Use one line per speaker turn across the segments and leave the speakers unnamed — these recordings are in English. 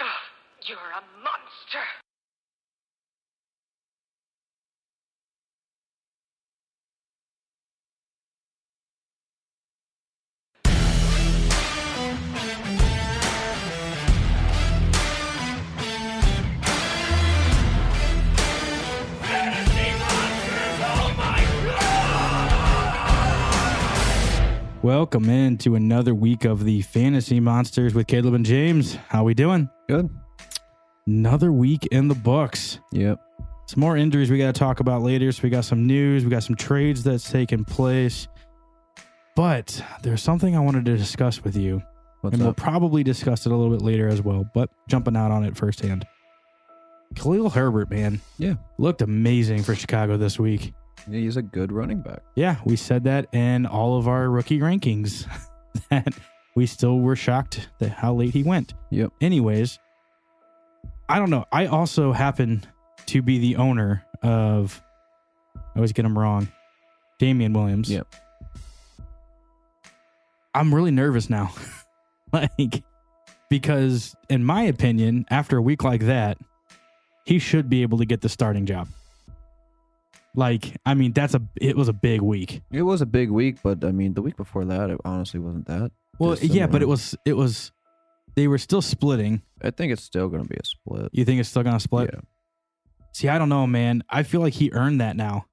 Ah, You're a monster.
Welcome in to another week of the Fantasy Monsters with Caleb and James. How we doing?
Good.
Another week in the books.
Yep.
Some more injuries we got to talk about later. So we got some news, we got some trades that's taken place. But there's something I wanted to discuss with you,
What's
and we'll
up?
probably discuss it a little bit later as well. But jumping out on it firsthand, Khalil Herbert, man,
Yeah.
looked amazing for Chicago this week.
Yeah, He's a good running back.
Yeah, we said that in all of our rookie rankings that we still were shocked that how late he went.
Yep.
Anyways, I don't know. I also happen to be the owner of I always get him wrong. Damian Williams.
Yep.
I'm really nervous now. like because in my opinion, after a week like that, he should be able to get the starting job. Like, I mean, that's a it was a big week.
It was a big week, but I mean, the week before that, it honestly wasn't that.
Well, yeah, but
dissimilar.
it was it was they were still splitting.
I think it's still going to be a split.
You think it's still gonna split?
Yeah.
See, I don't know, man. I feel like he earned that now.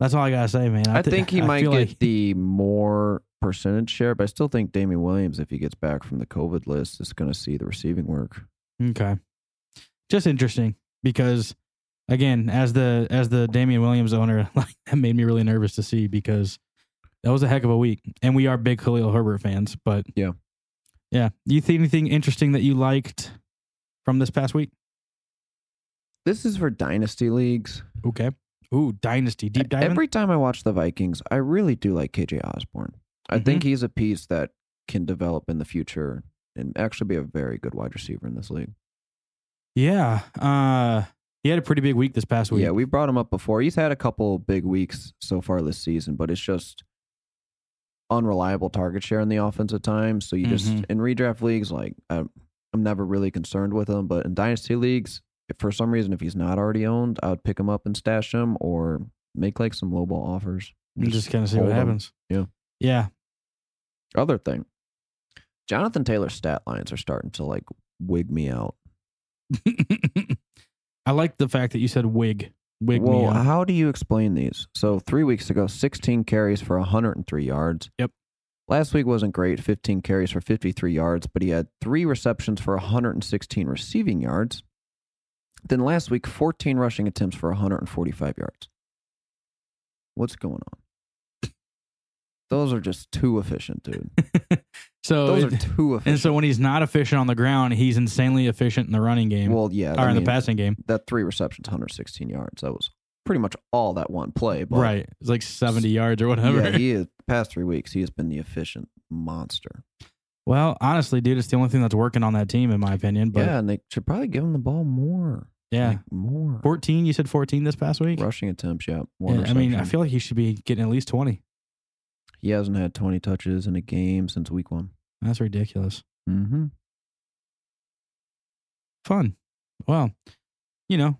That's all I gotta say, man.
I
thi-
think he
I
might
feel
get
like-
the more percentage share, but I still think Damian Williams, if he gets back from the COVID list, is going to see the receiving work.
okay. Just interesting because, again, as the as the Damian Williams owner, like that made me really nervous to see because that was a heck of a week, and we are big Khalil Herbert fans, but
Yeah.
yeah. You think anything interesting that you liked from this past week?
This is for dynasty leagues. E,
Okay. Ooh, dynasty deep dive.
Every time I watch the Vikings, I really do like KJ Osborne. I think
Mm-hmm.
he's a piece that can develop in the future and actually be a very good wide receiver in this league.
yeah. Uh, he had a pretty big week this past week.
Yeah, we brought him up before. He's had a couple big weeks so far this season, but it's just unreliable target share in the offense at times. So you just
Mhm.
in redraft leagues, like I'm, I'm never really concerned with him, but in dynasty leagues, if for some reason if he's not already owned, I would pick him up and stash him or make like some lowball offers.
And just kind of see
hold
what
'em.
happens.
Yeah.
Yeah.
Other thing, Jonathan Taylor's stat lines are starting to like wig me out.
I like the fact that you said wig. Wig
well,
me out.
how do you explain these? So three weeks ago, 16 carries for 103 yards.
Yep.
Last week wasn't great, 15 carries for 53 yards, but he had three receptions for 116 receiving yards. Then last week, 14 rushing attempts for 145 yards. What's going on? Those are just too efficient, dude.
so,
Those
Oh, it-
are too efficient.
and so when he's not efficient on the ground, he's insanely efficient in the running game
well, yeah,
or
I
in
mean,
the passing game.
that three receptions, 116 yards. That was pretty much all that one play. But
Right. It's like 70 yards or whatever.
Yeah, he is. Past three weeks, he has been the efficient monster.
well, honestly, dude, it's the only thing that's working on that team, in my opinion. But
yeah,
yeah.
and they should probably give him the ball more. Like, more
14, you said 14 this past week?
rushing attempts. Yeah, one
Yeah, I mean, I
reception.
feel like he should be getting at least 20.
he hasn't had twenty touches in a game since week one.
That's ridiculous.
Mm-hmm.
Fun. Well, you know,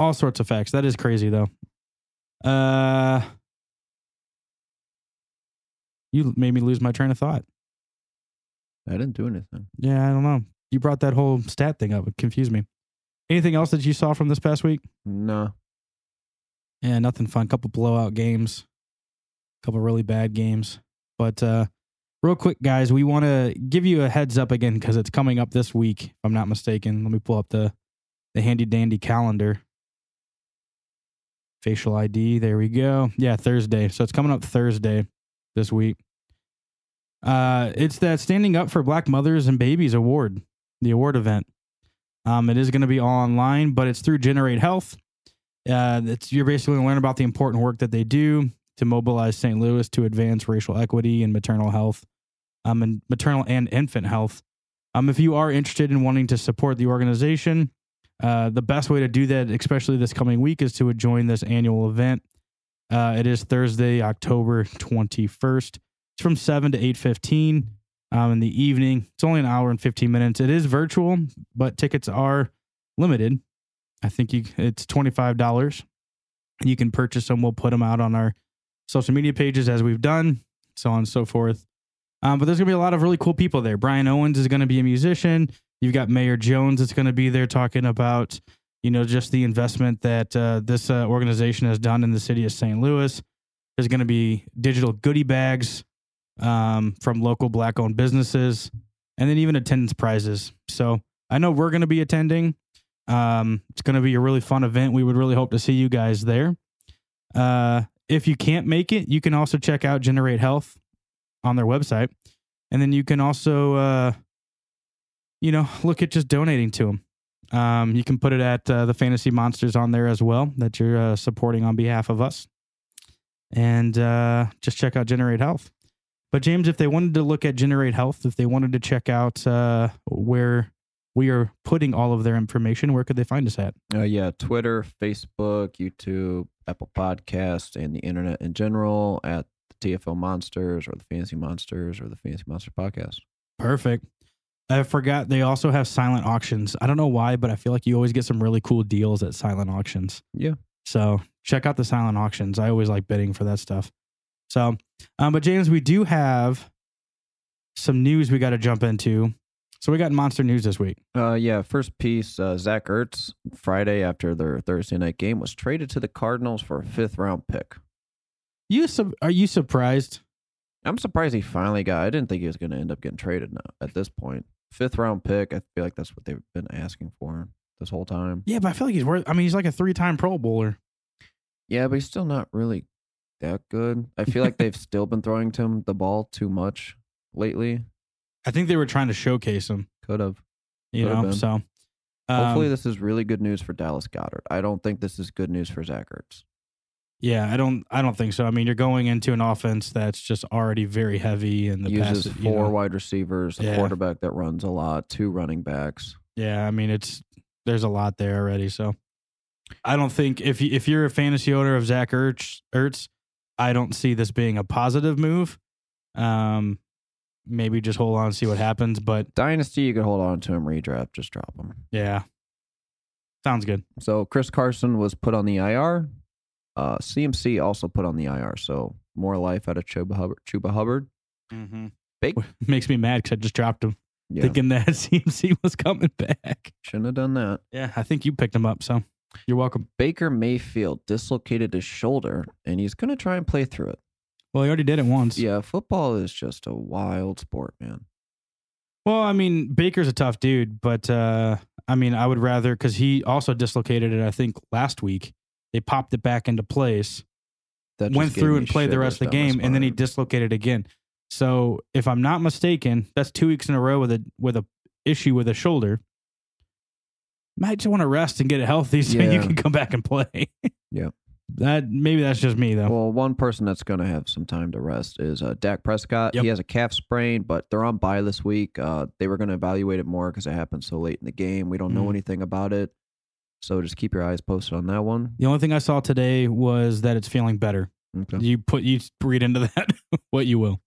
all sorts of facts. That is crazy though. Uh You made me lose my train of thought.
I didn't do anything.
Yeah, I don't know. You brought that whole stat thing up. It confused me. Anything else that you saw from this past week?
No,
Yeah, nothing fun. Couple blowout games, couple really bad games. But uh, real quick, guys, we want to give you a heads up again because it's coming up this week, if I'm not mistaken. Let me pull up the the handy dandy calendar. Facial ID. There we go. Yeah, Thursday. So it's coming up Thursday this week. Uh, it's that Standing Up for Black Mothers and Babies Award, the award event. Um, it is going to be all online, but it's through Generate Health. Uh, it's, you're basically going to learn about the important work that they do to mobilize St. Louis to advance racial equity and maternal health, um, and maternal and infant health. Um, if you are interested in wanting to support the organization, uh, the best way to do that, especially this coming week, is to join this annual event. Uh, it is Thursday, October 21st. It's from 7 to 8.15. um, in the evening. It's only an hour and 15 minutes. It is virtual, but tickets are limited. I think you it's $25. You can purchase them. We'll put them out on our social media pages as we've done, so on and so forth. Um, but there's going to be a lot of really cool people there. Brian Owens is going to be a musician. You've got Mayor Jones that's going to be there talking about, you know, just the investment that uh, this uh, organization has done in the city of St. Louis. There's going to be digital goodie bags um, from local black owned businesses and then even attendance prizes. So I know we're going to be attending. Um, it's going to be a really fun event. We would really hope to see you guys there. Uh, if you can't make it, you can also check out Generate Health on their website. And then you can also, uh, you know, look at just donating to them. Um, you can put it at uh, the Fantasy Monsters on there as well that you're uh, supporting on behalf of us. And uh, just check out Generate Health. But, James, if they wanted to look at Generate Health, if they wanted to check out uh, where we are putting all of their information, where could they find us at?
Uh, yeah, Twitter, Facebook, YouTube, Apple Podcasts, and the internet in general at the TFL Monsters or the Fantasy Monsters or the Fantasy Monster Podcast.
Perfect. I forgot they also have silent auctions. I don't know why, but I feel like you always get some really cool deals at silent auctions.
Yeah.
So check out the silent auctions. I always like bidding for that stuff. So, um, but James, we do have some news we got to jump into. So we got monster news this week.
Uh, yeah, first piece uh, Zach Ertz, Friday after their Thursday night game, was traded to the Cardinals for a fifth round pick.
You sub- are you surprised?
I'm surprised he finally got. I didn't think he was going to end up getting traded now at this point. Fifth round pick, I feel like that's what they've been asking for this whole time.
Yeah, but I feel like he's worth. I mean, he's like a three-time Pro Bowler.
Yeah, but he's still not really that good. I feel like they've still been throwing to him the ball too much lately.
I think they were trying to showcase him.
Could have.
You
Could've
know,
been.
so um,
Hopefully, this is really good news for Dallas Goddard. I don't think this is good news for Zach Ertz.
yeah, I don't, I don't think so. I mean, you're going into an offense that's just already very heavy in the
Uses
past.
four wide receivers, a
Yeah.
quarterback that runs a lot, two running backs.
Yeah, I mean it's there's a lot there already. So I don't think if you, if you're a fantasy owner of Zach Ertz, Ertz, I don't see this being a positive move. Um, maybe just hold on and see what happens. But
Dynasty, you could hold on to him, redraft, just drop him.
yeah, sounds good.
So Chris Carson was put on the IR. Uh, CMC also put on the IR. So more life out of Chuba Hubbard. Chuba Hubbard.
Mm-hmm.
Bake.
Makes me mad because I just dropped him
Yeah,
thinking that CMC was coming back.
shouldn't have done that.
Yeah, I think you picked him up. So you're welcome.
Baker Mayfield dislocated his shoulder, and he's gonna try and play through it.
Well, he already did it once.
Yeah, football is just a wild sport, man.
Well, I mean, Baker's a tough dude, but uh, I mean, I would rather because he also dislocated it. I think last week they popped it back into place,
That just
went
gave
through
me
and played the
shivers.
rest of the
That was
game, and then he
hard.
dislocated again. So, if I'm not mistaken, that's two weeks in a row with a with a issue with a shoulder. Might just want to rest and get it healthy so you
Yeah.
can come back and play.
Yeah.
that maybe that's just me though.
Well, one person that's going to have some time to rest is uh, Dak Prescott.
Yep.
He has a calf sprain, but they're on bye this week. Uh, they were going to evaluate it more because it happened so late in the game. We don't know
Mm.
anything about it. So just keep your eyes posted on that one.
the only thing I saw today was that it's feeling better.
Okay.
You put you read into that what you will.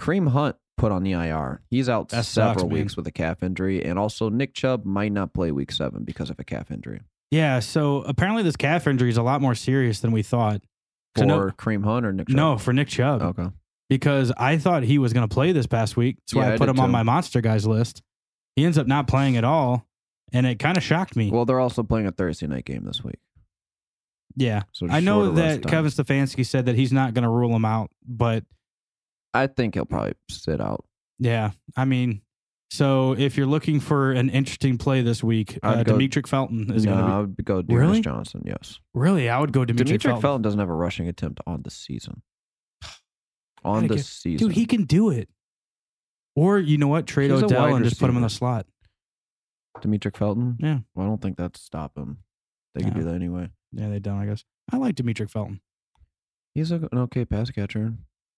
Kareem Hunt put on the IR. He's out
That sucks,
several
man.
weeks with a calf injury. And also, Nick Chubb might not play week seven because of a calf injury.
Yeah, so apparently this calf injury is a lot more serious than we thought.
For
So no-
Kareem Hunt or Nick Chubb?
No, for Nick Chubb,
Okay.
because I thought he was going to play this past week. That's why
Yeah,
I
I
put
did
him on
too.
my monster guys list. He ends up not playing at all, and it kind of shocked me.
Well, they're also playing a Thursday night game this week.
yeah,
So
I know
shorter
that
rest time.
Kevin Stefanski said that he's not going to rule him out, but
I think he'll probably sit out.
yeah, I mean, so if you're looking for an interesting play this week,
I'd
uh,
go-
Dimitri Felton is
no,
going to
I
be
would go Dearness
Really?
Johnson. Yes,
really. I would go Dimitri,
Dimitri Felton.
Felton.
doesn't have a rushing attempt on the season.
Gotta
On the
get-
season,
Dude, he can do it. Or you know what, trade
He's a
Odell
wide
and just put him in the
receiver.
slot.
Dimitri Felton.
Yeah.
well, I don't think that'd stop him. They could
No.
do that anyway.
Yeah, they don't, I guess. I like Demetric Felton.
He's a, an okay pass catcher.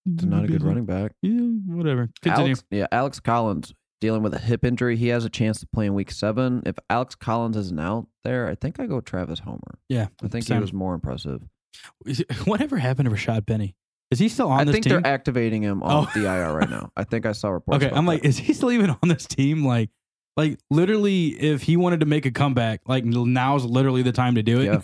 He's not a good running back.
Yeah, whatever. Continue.
Alex, yeah, Alex Collins dealing with a hip injury. He has a chance to play in Week Seven. If Alex Collins isn't out there, I think I go Travis Homer.
yeah.
I think he
same.
was more impressive.
Whatever happened to Rashad Penny? Is he still on
I
this
think
team? Oh.
they're activating him off the IR right now. I think I saw reports.
okay,
about
I'm like,
that.
is he still even on this team? Like, like literally, if he wanted to make a comeback, like now's literally the time to do it.
yeah,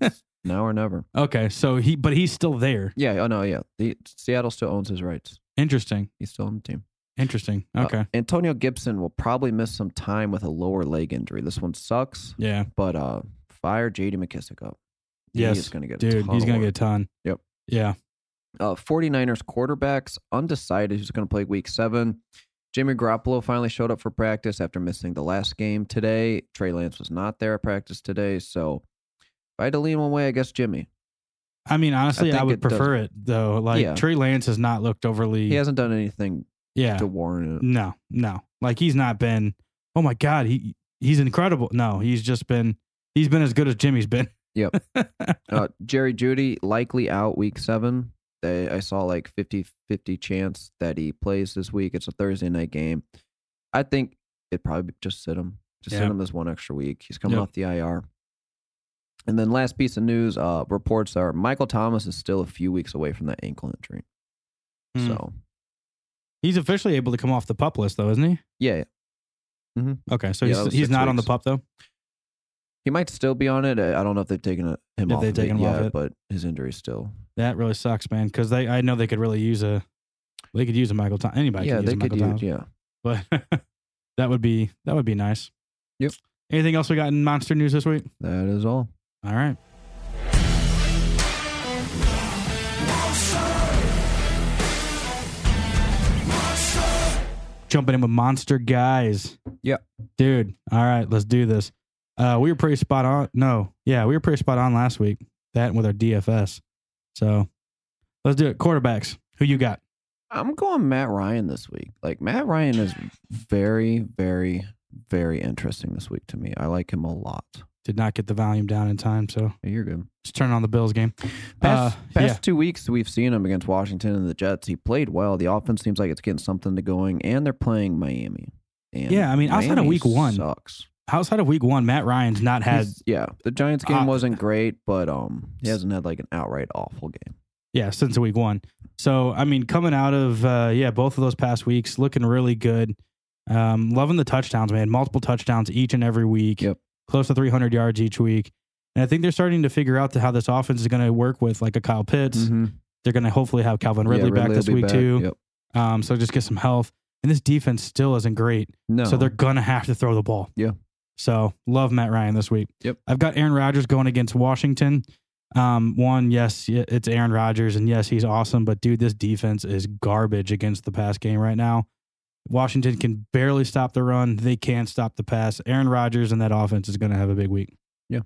it's now or never.
Okay, so he, but he's still there.
Yeah. Oh no. Yeah. The, Seattle still owns his rights.
Interesting,
He's still on the team.
interesting.
Uh,
Okay,
Antonio Gibson will probably miss some time with a lower leg injury. This one sucks,
yeah,
but uh, fire J.D. McKissick up.
Yes,
he's gonna get a
dude,
ton
he's
of
gonna
work.
get a ton.
Yep.
Yeah.
uh, 49ers quarterbacks undecided who's going to play week seven. Jimmy Garoppolo finally showed up for practice after missing the last game today. Trey Lance was not there at practice today. So if I had to lean one way, I guess Jimmy.
I mean, honestly, I,
think
would
it does-
prefer it though. Like
Yeah.
Trey Lance has not looked overly.
He hasn't done anything
yeah.
to warrant it.
No, no. Like he's not been. Oh my God, he he's incredible. No, he's just been. He's been as good as Jimmy's been.
Yep. Uh, Jerry Judy likely out week seven. They, I saw like 50 50 chance that he plays this week. It's a Thursday night game. I think it'd probably be- just sit him. Just sit
Yeah.
him this one extra week. He's coming
Yep.
off the IR. And then last piece of news uh, reports are Michael Thomas is still a few weeks away from that ankle injury.
Hmm.
So,
He's officially able to come off the pup list though, isn't he?
yeah,
Okay, so
Yeah, that
he's
was
he's
six
not on the
weeks.
pup though.
he might still be on it. I I don't know if they've taken uh, him
If
off
they've
of
taken
it
him off
yet,
it.
but his injury is still.
That really sucks, man. Because they I know they could really use a. They could use a Michael Thomas. Anybody
yeah,
could use
they
a
could
Michael
use.
Thomas.
Yeah.
But that would be that would be nice.
Yep.
Anything else we got in monster news this week?
That is all.
All right. Jumping in with monster guys.
Yep.
Dude. All right, let's do this. Uh, we were pretty spot on. No, yeah, we were pretty spot on last week. That and with our DFS. So let's do it. Quarterbacks. Who you got?
I'm going Matt Ryan this week. Like Matt Ryan is very, very, very interesting this week to me. I like him a lot.
Did not get the volume down in time, so
You're good.
just turn on the Bills game.
Past,
Uh,
past two weeks, we've seen him against Washington and the Jets. He played well. The offense seems like it's getting something to going, and they're playing Miami. And
Yeah, I mean, outside of
Miami
week one,
sucks.
Outside of week one, Matt Ryan's not had
He's- yeah, the Giants game
Uh,
wasn't great, but um, he hasn't had like an outright awful game.
Yeah, since week one. So I mean, coming out of uh, yeah, both of those past weeks, looking really good. Um, loving the touchdowns, man. Multiple touchdowns each and every week.
Yep.
Close to 300 yards each week. And I think they're starting to figure out how this offense is going to work with like a Kyle Pitts. They're going to hopefully have Calvin Mm-hmm. Ridley,
Mm-hmm. Yeah,
back
will
this
be
week
back.
too.
Yep.
Um, so just get some health. And this defense still isn't great.
No,
So they're gonna have to throw the ball.
Yeah.
So love Matt Ryan this week.
Yep.
I've got Aaron Rodgers going against Washington. Um, one, yes, y- it's Aaron Rodgers, and yes, he's awesome. But dude, this defense is garbage against the pass game right now. Washington can barely stop the run. They can't stop the pass. Aaron Rodgers and that offense is gonna have a big week.
Yeah.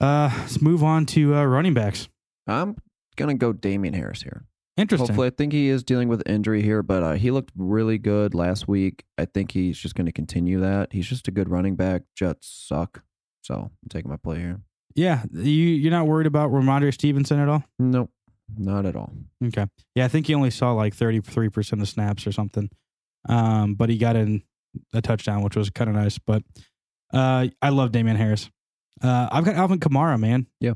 Uh, let's move on to uh, running backs.
I'm gonna go Damian Harris here.
Interesting.
Hopefully, I think he is dealing with injury here, but uh, he looked really good last week. I think he's just going to continue that. He's just a good running back. Jets suck, so I'm taking my play here.
Yeah. You you're not worried about Ramondre Stevenson at all?
Nope, not at all.
Okay. Yeah, I think he only saw like 33% of snaps or something. Um, but he got in a touchdown, which was kind of nice. But uh, I love Damian Harris. Uh, I've got Alvin Kamara, man.
Yeah.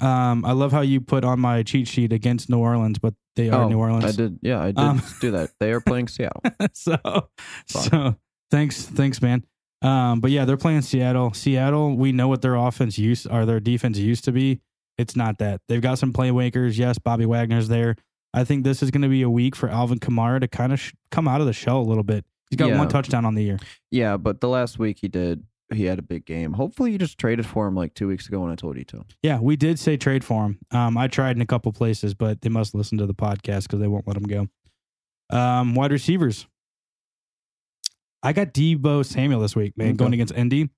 Um, I love how you put on my cheat sheet against New Orleans, but they are
Oh,
New Orleans.
I did, yeah, I did
Um,
do that. They are playing Seattle.
so, so thanks, thanks, man. Um, but yeah, they're playing Seattle. Seattle, we know what their offense used or their defense used to be. It's not that they've got some playmakers. Yes, Bobby Wagner's there. I think this is going to be a week for Alvin Kamara to kind of sh- come out of the shell a little bit. He's got
Yeah.
one touchdown on the year.
Yeah, but the last week he did, he had a big game. Hopefully, you just traded for him like two weeks ago when I told you to.
Yeah, we did say trade for him. Um, I tried in a couple places, but they must listen to the podcast because they won't let him go. Um, wide receivers. I got Debo Samuel this week, man,
Okay.
going against Indy.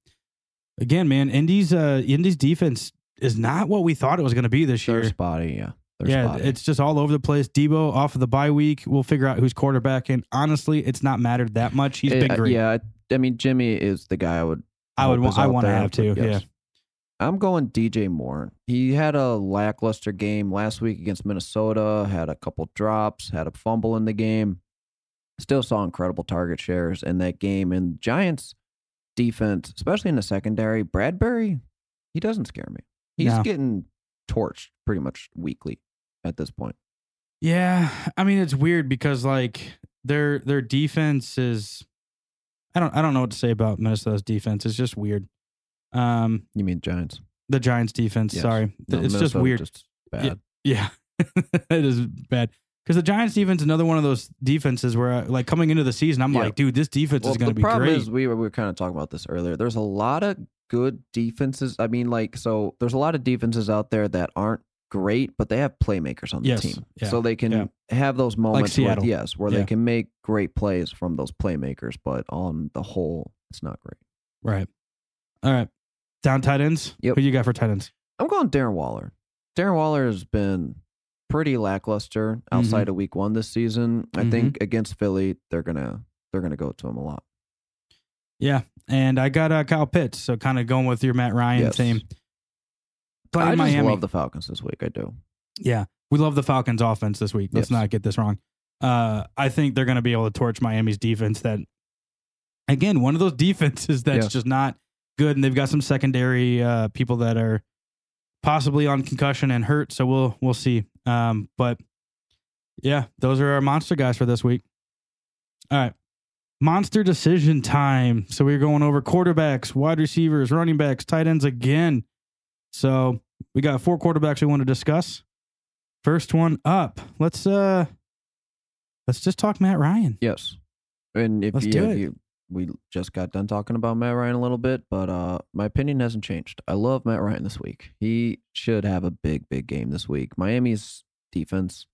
Again, man, Indy's uh, Indy's defense is not what we thought it was going to be this
They're
year.
spotty, yeah. They're
Yeah,
spotty.
it's just all over the place. Debo off of the bye week. We'll figure out who's quarterback. And honestly, it's not mattered that much. He's
Uh,
been great.
Yeah, I, I mean Jimmy is the guy I would.
I would
hope
wa-
is
I
out
wanna
there,
have to,
but I'm going DJ Moore. He had a lackluster game last week against Minnesota. Had a couple drops. Had a fumble in the game. Still saw incredible target shares in that game. And Giants defense, especially in the secondary, Bradbury, he doesn't scare me. He's
No.
getting torched pretty much weekly. at this point.
Yeah, I mean it's weird because like their their defense is I don't I don't know what to say about Minnesota's defense. It's just weird. Um
You mean Giants?
the Giants defense,
Yes.
sorry.
No,
it's just
Minnesota
weird.
Just bad.
Yeah. it is bad. Because the Giants defense is another one of those defenses where, uh, like, coming into the season, I'm
Yeah.
like, dude, this defense
Well,
is going to
the
be
problem
great.
is we were, we were kind of talking about this earlier. There's a lot of good defenses. I mean, like so, there's a lot of defenses out there that aren't great, but they have playmakers on the
Yes.
team,
Yeah.
so they can
Yeah.
have those moments. where,
Seattle.
yes, where
Yeah.
they can make great plays from those playmakers, but on the whole, it's not great.
right. All right. Down tight ends.
Yep.
Who you got for tight ends?
I'm going Darren Waller. Darren Waller has been pretty lackluster
Mm-hmm.
outside of Week One this season. I
Mhm.
think against Philly, they're gonna they're gonna go to him a lot.
Yeah. And I got uh, Kyle Pitts. So kind of going with your Matt Ryan
Yes.
theme. Playing
I just
Miami.
love the Falcons this week. I do.
yeah. We love the Falcons offense this week. Let's
Yes.
not get this wrong. Uh, I think they're going to be able to torch Miami's defense that, again, one of those defenses that's
Yeah.
just not good. And they've got some secondary uh, people that are possibly on concussion and hurt. So we'll, we'll see. Um, but yeah, those are our monster guys for this week. All right. Monster decision time. So we're going over quarterbacks, wide receivers, running backs, tight ends again. So we got four quarterbacks we want to discuss. First one up. Let's uh let's just talk Matt Ryan.
Yes. And if,
Let's
you,
do
if
it.
you we just got done talking about Matt Ryan a little bit, but uh my opinion hasn't changed. I love Matt Ryan this week. He should have a big, big game this week. Miami's defense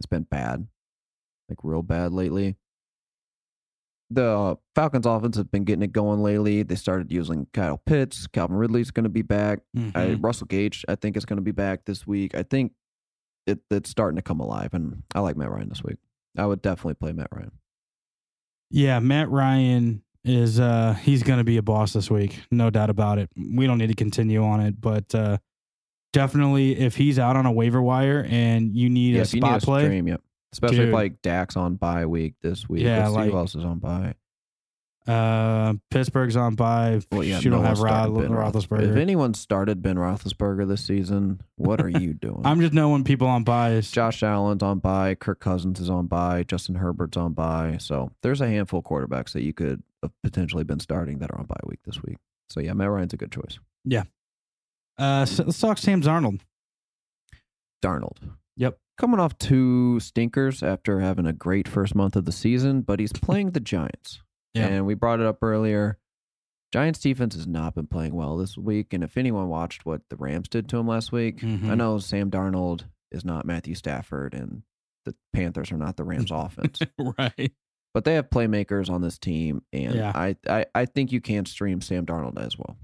has been bad. Like real bad lately. The Falcons offense has been getting it going lately. They started using Kyle Pitts. Calvin Ridley's going to be back. I,
Mhm.
Russell Gage, I think, is going to be back this week. I think it, it's starting to come alive, and I like Matt Ryan this week. I would definitely play Matt Ryan.
yeah, Matt Ryan is uh he's gonna be a boss this week, no doubt about it. We don't need to continue on it, but uh definitely if he's out on a waiver wire and you need a
if you
spot play,
stream, yep. Especially
Dude.
if like Dak's on bye week this week.
Yeah,
Let's see
like-
who else is on bye.
uh Pittsburgh's on by
Well, yeah,
you
no
don't have
one's
Rod
starting Ben
Roethlisberger.
If anyone started Ben Roethlisberger this season, what are you doing?
I'm just knowing people on bias.
Josh Allen's on bye. Kirk Cousins is on bye. Justin Herbert's on bye. So there's a handful of quarterbacks that you could have potentially been starting that are on bye week this week. So yeah, Matt Ryan's a good choice.
Uh, so let's talk Sam's Arnold.
Darnold.
Yep.
Coming off two stinkers after having a great first month of the season, but he's playing the Giants.
Yeah.
And we brought it up earlier. Giants defense has not been playing well this week. And if anyone watched what the Rams did to him last week,
Mhm.
I know Sam Darnold is not Matthew Stafford and the Panthers are not the Rams offense.
right.
But they have playmakers on this team. And
Yeah.
I, I, I think you can stream Sam Darnold as well.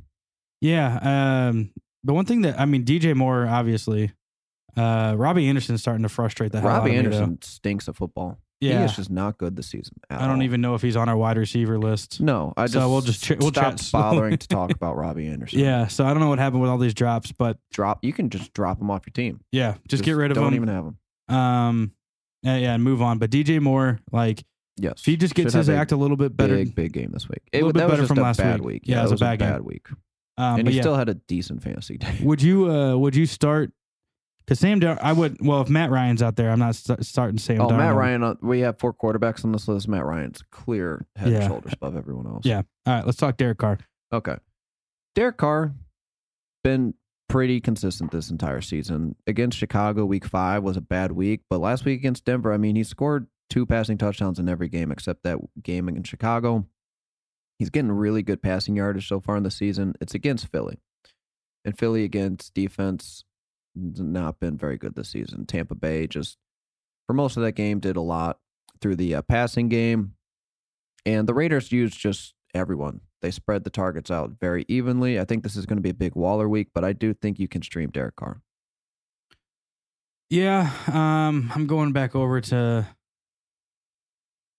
Yeah. Um, the one thing that I mean, DJ Moore, obviously, uh, Robbie Anderson's starting to frustrate the hell out of
Robbie
me,
Anderson stinks of football.
though.
He
Yeah.
is just not good this season. at
I don't
all.
even know if he's on our wide receiver list.
No, I just
So we'll just ch- we'll
stop
chat slowly.
bothering to talk about Robbie Anderson.
Yeah. So I don't know what happened with all these drops, but
drop. You can just drop him off your team.
yeah, just, get rid of
don't
him.
Don't even have him.
um, yeah, yeah, and move on. But DJ Moore, like,
Yes,
if he just gets
Should
his
have a
act a little bit better,
Big big game this week.
A little
was-
bit
that was
better
just
from
a
last
bad
week.
week.
Yeah, it was a bad game.
bad week.
um,
And
but
he
yeah.
still had a decent fantasy day.
Would you uh would you start? Because Sam, Dar- I would. Well, if Matt Ryan's out there, I'm not st- starting Sam.
Oh, Matt
Darnold.
Ryan. uh, We have four quarterbacks on this list. Matt Ryan's clear head
Yeah.
and shoulders above everyone else.
Yeah. All right, let's talk Derek Carr.
Okay. Derek Carr been pretty consistent this entire season. Against Chicago, week five was a bad week, but last week against Denver, I mean, he scored two passing touchdowns in every game except that game against Chicago. He's getting really good passing yardage so far in the season. It's against Philly. And Philly against defense has not been very good this season. Tampa Bay just for most of that game did a lot through the uh, passing game. And the Raiders used just everyone. They spread the targets out very evenly. I think this is going to be a big Waller week, but I do think you can stream Derek Carr.
Yeah, um, I'm going back over to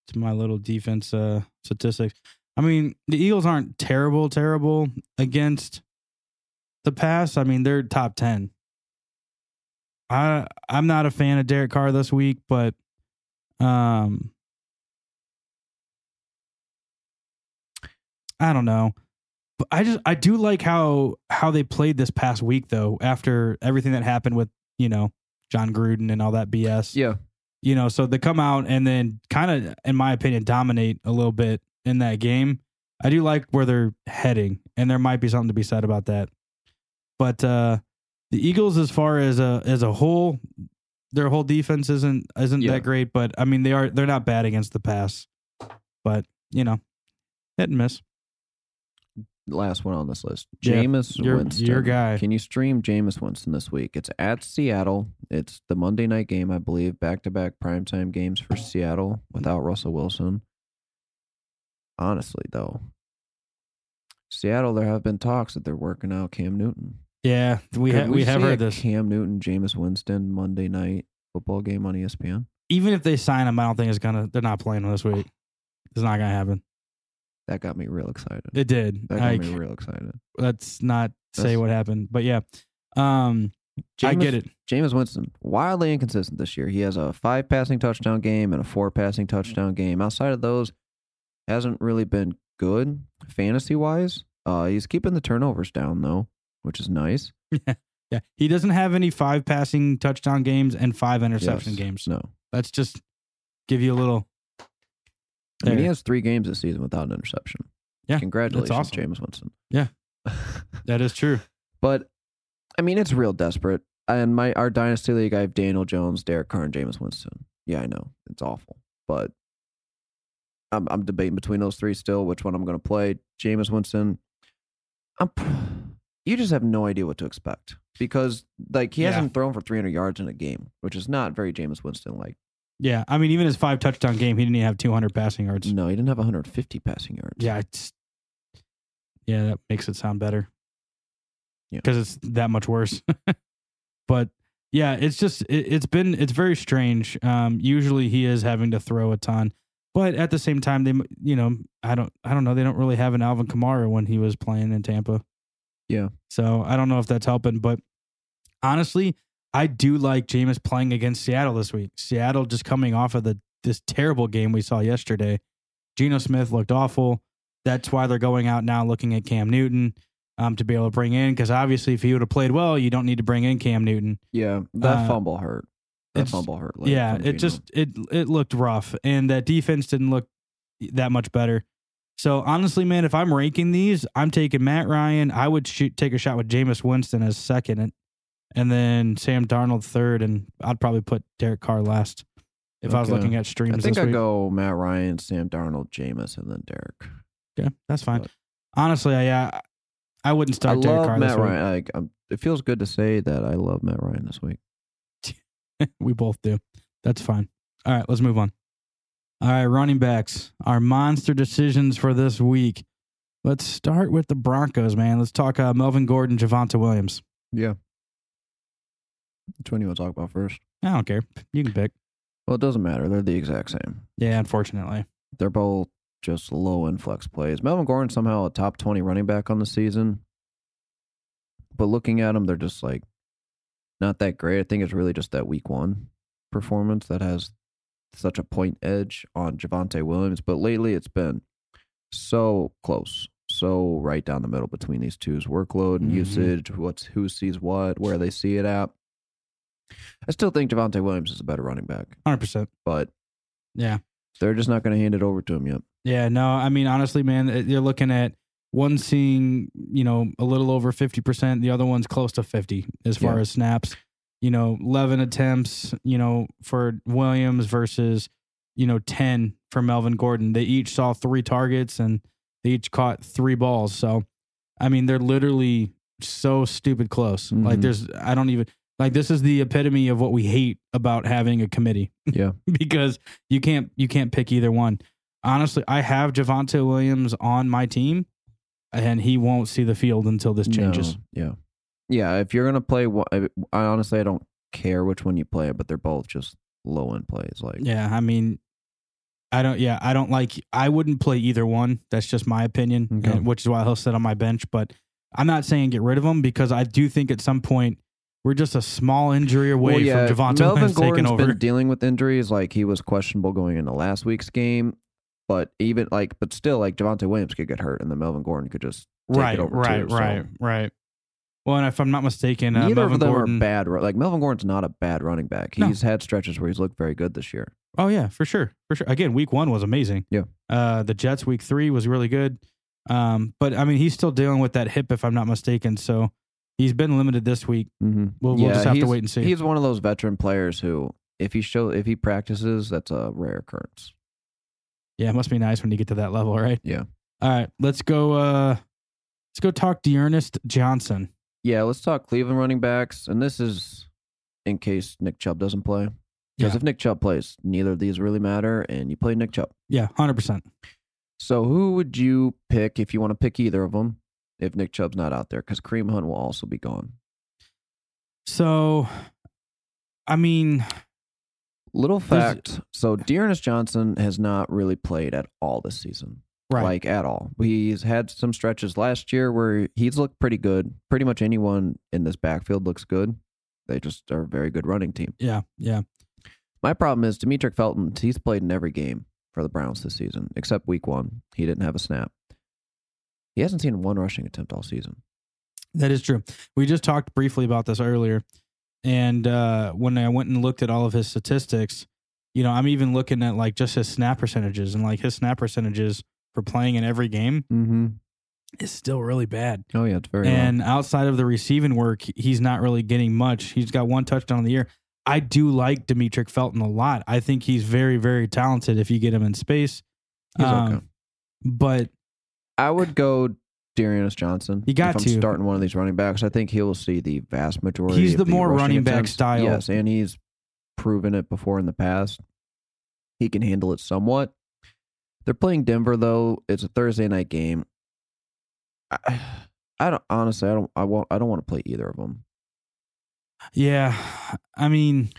to my little defense uh, statistics. I mean, the Eagles aren't terrible, terrible against the pass. I mean, they're top ten. I I'm not a fan of Derek Carr this week, but um, I don't know. But I just I do like how how they played this past week though. After everything that happened with you know John Gruden and all that BS.
Yeah.
You know, so they come out and then kind of, in my opinion, dominate a little bit in that game. I do like where they're heading, and there might be something to be said about that. But uh the Eagles, as far as a as a whole, their whole defense isn't isn't
Yeah.
that great. But I mean, they are they're not bad against the pass. But you know, hit and miss.
Last one on this list.
Yeah,
Jameis
your-
Winston.
your guy.
Can you stream Jameis Winston this week? It's at Seattle. It's the Monday night game, I believe. Back to back primetime games for Seattle without Russell Wilson. Honestly, though, Seattle, there have been talks that they're working out Cam Newton.
Yeah, we
Could
ha- we have
see
heard
a
this.
Cam Newton, Jameis Winston Monday night football game on E ESPN.
Even if they sign him, I don't think it's gonna. They're not playing him this week. It's not gonna happen.
That got me real excited.
It did.
That got
Like,
me real excited.
let's not say
That's-
what happened, but yeah, um, I get it.
Jameis Winston, wildly inconsistent this year. He has a five passing touchdown game and a four passing touchdown game. Outside of those, hasn't really been good fantasy wise. Uh, he's keeping the turnovers down though, which is nice.
Yeah, he doesn't have any five passing touchdown games and five interception
Yes.
games.
No,
Let's just give you a little.
I mean, he
There.
has three games this season without an interception.
Yeah,
congratulations,
awesome.
Jameis Winston.
Yeah. That is true.
but I mean, it's real desperate. And my our dynasty league, I have Daniel Jones, Derek Carr, and Jameis Winston. Yeah, I know it's awful, but I'm I'm debating between those three still. Which one I'm going to play? Jameis Winston. I'm. You just have no idea what to expect because like he
Yeah.
hasn't thrown for 300 yards in a game, which is not very Jameis Winston like.
Yeah, I mean, even his five touchdown game, he didn't even have 200 passing yards.
No, he didn't have 150 passing yards.
Yeah, it's, yeah, that makes it sound better.
Yeah.
because it's that much worse. but yeah, it's just it, it's been it's very strange. Um, usually he is having to throw a ton, but at the same time, they m- you know I don't I don't know they don't really have an Alvin Kamara when he was playing in Tampa.
Yeah.
so I don't know if that's helping, but honestly, I do like Jameis playing against Seattle this week. Seattle just coming off of the this terrible game we saw yesterday. Geno Smith looked awful. That's why they're going out now looking at Cam Newton um, to be able to bring in. Because obviously, if he would have played well, you don't need to bring in Cam Newton.
yeah, that
Uh,
fumble hurt. That
it's-
fumble hurt.
yeah,
from
it
Geno.
just it it looked rough, and that defense didn't look that much better. So honestly, man, if I'm ranking these, I'm taking Matt Ryan. I would shoot take a shot with Jameis Winston as second, and, and then Sam Darnold third, and I'd probably put Derek Carr last. If I was
Okay.
looking at streams,
I think
this
I
week.
go Matt Ryan, Sam Darnold, Jameis, and then Derek.
Okay, that's fine.
But-
Honestly, I uh, I wouldn't
I
start Derek
love
Carr this
Matt
week.
Ryan. Like, um, it feels good to say that I love Matt Ryan this week.
we both do. That's fine. All right, let's move on. All right, running backs. Our monster decisions for this week. Let's start with the Broncos, man. Let's talk uh, Melvin Gordon, Javonta Williams.
Yeah. Which one you want to talk about first?
I don't care. You can pick.
Well, it doesn't matter. They're the exact same.
Yeah, unfortunately.
They're both just low influx plays. Melvin Gordon somehow a top twenty running back on the season, but looking at them, they're just like not that great. I think it's really just that week one performance that has such a point edge on Javante Williams. But lately, it's been so close, so right down the middle between these two's workload and
Mhm.
usage. What's who sees what, where they see it at. I still think Javante Williams is a better running back,
100%.
but
Yeah.
they're just not going to hand it over to him yet.
Yeah, no, I mean, honestly, man, it- you're looking at one seeing, you know, a little over 50%, the other one's close to 50 as far
Yeah.
as snaps. You know, 11 attempts, you know, for Williams versus, you know, 10 for Melvin Gordon. They each saw three targets and they each caught three balls. So, I mean, they're literally so stupid close. Like,
Mhm.
there's, I don't even, like, this is the epitome of what we hate about having a committee
Yeah.
because you can't you can't pick either one. Honestly, I have Javante Williams on my team, and he won't see the field until this changes.
No, Yeah, yeah. If you're gonna play, one- I I honestly I don't care which one you play, but they're both just low end plays. Like,
Yeah, I mean, I don't. Yeah, I don't like. I wouldn't play either one. That's just my opinion,
Okay.
and- which is why he'll sit on my bench. But I'm not saying get rid of him because I do think at some point we're just a small injury away
Well, yeah,
from Javante
Melvin
Williams
Gordon's
taking over.
been dealing with injuries. Like he was questionable going into last week's game, but even like, but still, like Javante Williams could get hurt, and then Melvin Gordon could just take it
right,
over
right,
too, so-
right, right. Well, and if I'm not mistaken, uh,
Neither
Melvin
of them
Gordon.
are bad. ru- Like Melvin Gordon's not a bad running back.
No.
He's had stretches where he's looked very good this year.
Oh yeah, for sure, for sure. Again, week one was amazing.
Yeah.
Uh, the Jets week three was really good. Um, but I mean, he's still dealing with that hip, if I'm not mistaken. So he's been limited this week.
Mm-hmm.
We'll, we'll just have to wait and see.
He's one of those veteran players who, if he show, if he practices, that's a rare occurrence.
Yeah, it must be nice when you get to that level, right?
Yeah.
All right, let's go. Uh, let's go talk to Ernest Johnson.
Yeah, let's talk Cleveland running backs, and this is in case Nick Chubb doesn't play. Because
Yeah.
if Nick Chubb plays, neither of these really matter, and you play Nick Chubb.
Yeah, hundred percent.
So who would you pick if you want to pick either of them? If Nick Chubb's not out there, because Kareem Hunt will also be gone.
So, I mean,
Little
There's-
fact. So Dearness Johnson has not really played at all this season.
right?
like at all. He's had some stretches last year where he's looked pretty good. Pretty much anyone in this backfield looks good. They just are a very good running team.
yeah, yeah.
My problem is Demetric Felton, he's played in every game for the Browns this season, except week one. He didn't have a snap. He hasn't seen one rushing attempt all season.
That is true. We just talked briefly about this earlier. And uh, when I went and looked at all of his statistics, you know, I'm even looking at like just his snap percentages and like his snap percentages for playing in every game
Mm-hmm.
is still really bad.
Oh yeah, it's very
and outside of the receiving work, he's not really getting much. He's got one touchdown in the year. I do like Demetric Felton a lot. I think he's very, very talented if you get him in space.
He's
Um,
okay.
But
I would go Darius Johnson.
You got
if I'm
to.
starting one of these running backs. I think he'll see the vast majority.
He's
of
the more
rushing
running back
attempts.
style.
Yes, and he's proven it before in the past. He can handle it somewhat. They're playing Denver though. It's a Thursday night game. I, I don't honestly. I don't. I won't. I don't want to play either of them.
yeah, I mean,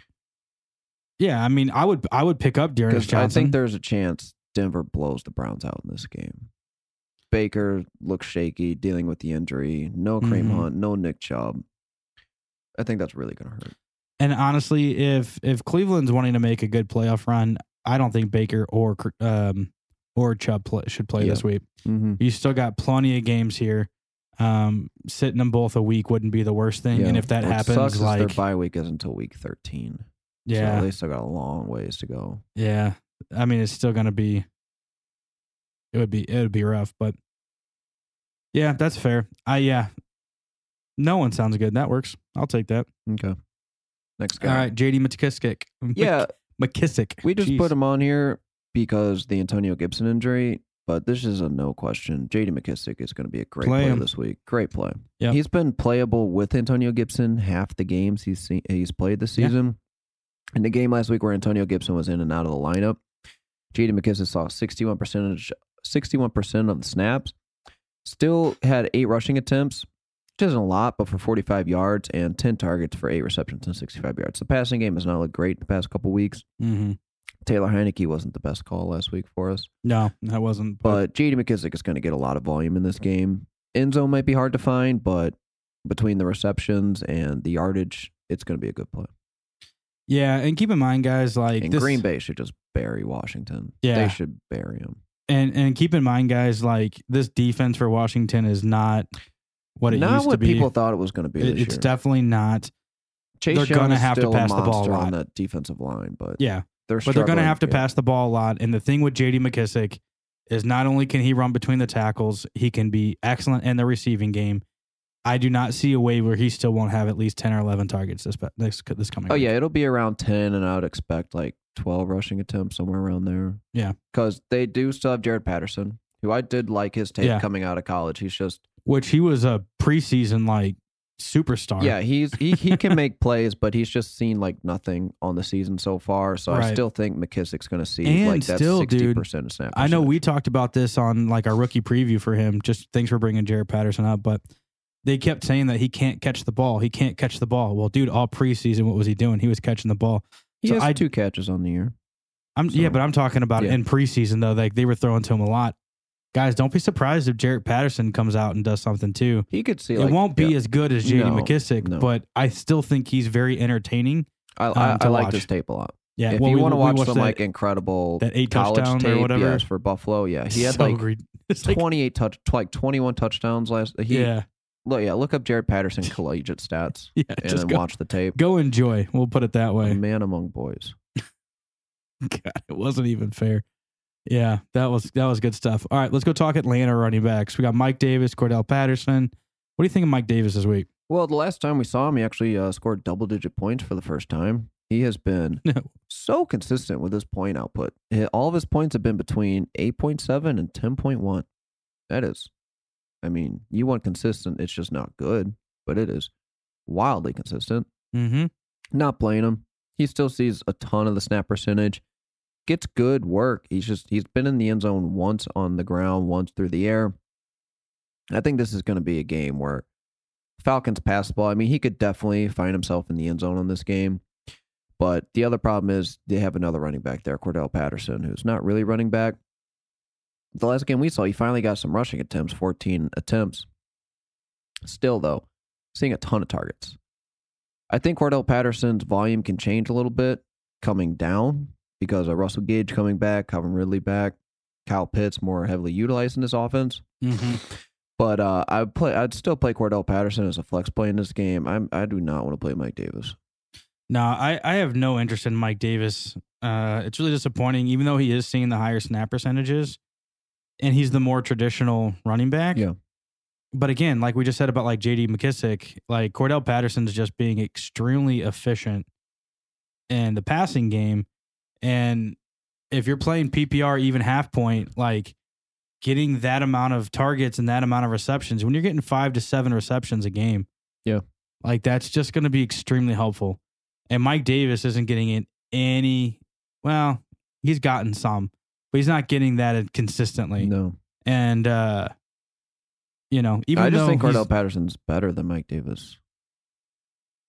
yeah, I mean, I would, I would pick up Darius
Because
Johnson.
I think there's a chance Denver blows the Browns out in this game. Baker looks shaky, dealing with the injury. No Cream
Mhm.
Hunt, no Nick Chubb. I think that's really going to hurt.
And honestly, if if Cleveland's wanting to make a good playoff run, I don't think Baker or um or Chubb pl- should play
Yeah.
this week.
Mm-hmm.
You still got plenty of games here. Um, sitting them both a week wouldn't be the worst thing. And if that happens,
their
like
bye week is until week 13.
yeah,
So they still got a long ways to go.
yeah, I mean, it's still gonna be. It would be it would be rough, but yeah, that's fair. I yeah, no one sounds good. That works. I'll take that.
Okay. Next guy.
All right, J.D. McKissick.
Yeah,
McKissick.
we just
Jeez.
put him on here because the Antonio Gibson injury, but this is a no question. JD McKissick is going to be a great
Play
player
him.
this week. Great play.
Yep.
He's been playable with Antonio Gibson half the games he's seen, he's played this
Yeah.
season. In the game last week where Antonio Gibson was in and out of the lineup, JD McKissick saw 61 percentage 61% of the snaps. Still had 8 rushing attempts, which isn't a lot, but for 45 yards and 10 targets for 8 receptions and 65 yards. The passing game has not looked great the past couple weeks.
hmm
Taylor Heineke wasn't the best call last week for us,
No, that wasn't.
but J.D. McKissick is going to get a lot of volume in this game. End zone might be hard to find, but between the receptions and the yardage, it's going to be a good play.
yeah, and keep in mind, guys, like
And
this,
Green Bay should just bury Washington.
Yeah.
they should bury him.
and and keep in mind, guys, like this defense for Washington is not what it
Not
used
what
to be.
people thought it was going to be.
It-
this
it's
year.
definitely not.
Chase
they're
Young
gonna
is
have to
still a
pass the ball a
monster
lot.
on that defensive line, but
Yeah,
they're
but they're going to
struggling.
have to
Yeah.
pass the ball a lot. And the thing with J.D. McKissick is not only can he run between the tackles, he can be excellent in the receiving game. I do not see a way where he still won't have at least ten or eleven targets this this, this coming.
Oh
week.
yeah, it'll be around ten, and I would expect like twelve rushing attempts somewhere around there.
Yeah.
because they do still have Jared Patterson, who I did like his tape
Yeah.
coming out of college. He's just
which he was a preseason like superstar.
yeah, he's he he can make plays, but he's just seen like nothing on the season so far. So I
Right.
still think McKissick's going to see
And
like that
still,
sixty
dude,
percent of snap.
I know
percentage.
we talked about this on like our rookie preview for him. Just thanks for bringing Jared Patterson up, but they kept saying that he can't catch the ball. He can't catch the ball. Well, dude, all preseason, what was he doing? He was catching the ball.
he
so
has
I-
two catches on the year.
I'm
So-
yeah, but I'm talking about
Yeah.
in preseason though. Like they were throwing to him a lot. Guys, don't be surprised if Jarrett Patterson comes out and does something too.
He could see
It
like,
won't be
yeah.
as good as J.D.
No,
McKissick,
no.
but I still think he's very entertaining.
I I,
um, to
I like
watch.
this tape a lot.
Yeah,
if
well,
you
we-
want to
we
watch
watched
some
that,
like incredible
that eight
college
touchdown
tape,
or whatever.
yes, for Buffalo, yeah, he had
so
like
great. It's like,
28 touch like 21 touchdowns last he
yeah,
look, yeah, look up Jared Patterson collegiate stats
Yeah,
and
just
then
go,
watch the tape.
go enjoy. We'll put it that
A
way.
man among boys.
God, it wasn't even fair. Yeah, that was that was good stuff. All right, let's go talk Atlanta running backs. We got Mike Davis, Cordell Patterson. What do you think of Mike Davis this week?
Well, the last time we saw him, he actually uh, scored double digit points for the first time. He has been
No.
so consistent with his point output. Hi- All of his points have been between 8.7 and 10.1. That is, I mean, you want consistent, it's just not good, but it is wildly consistent.
Mm-hmm.
Not playing him. He still sees a ton of the snap percentage. Gets good work. He's just he's been in the end zone once on the ground, once through the air. I think this is going to be a game where Falcons pass the ball. I mean, he could definitely find himself in the end zone on this game. But the other problem is they have another running back there, Cordell Patterson, who's not really running back. The last game we saw, he finally got some rushing attempts, 14 attempts. Still, though, seeing a ton of targets. I think Cordell Patterson's volume can change a little bit coming down because of Russell Gage coming back, Calvin Ridley back, Kyle Pitts more heavily utilized in this offense.
Mm-hmm.
But uh, I would play. I'd still play Cordell Patterson as a flex play in this game. I'm. I do not want to play Mike Davis.
No, I, I have no interest in Mike Davis. Uh, it's really disappointing, even though he is seeing the higher snap percentages and he's the more traditional running back.
Yeah.
But again, like we just said about like JD McKissick, like Cordell Patterson's just being extremely efficient in the passing game. And if you're playing PPR even half point, like getting that amount of targets and that amount of receptions, when you're getting five to seven receptions a game,
Yeah.
Like that's just gonna be extremely helpful. And Mike Davis isn't getting in any well, he's gotten some, but he's not getting that consistently.
No,
And uh you know, even
I just
though
think
he's-
Cordell Patterson's better than Mike Davis.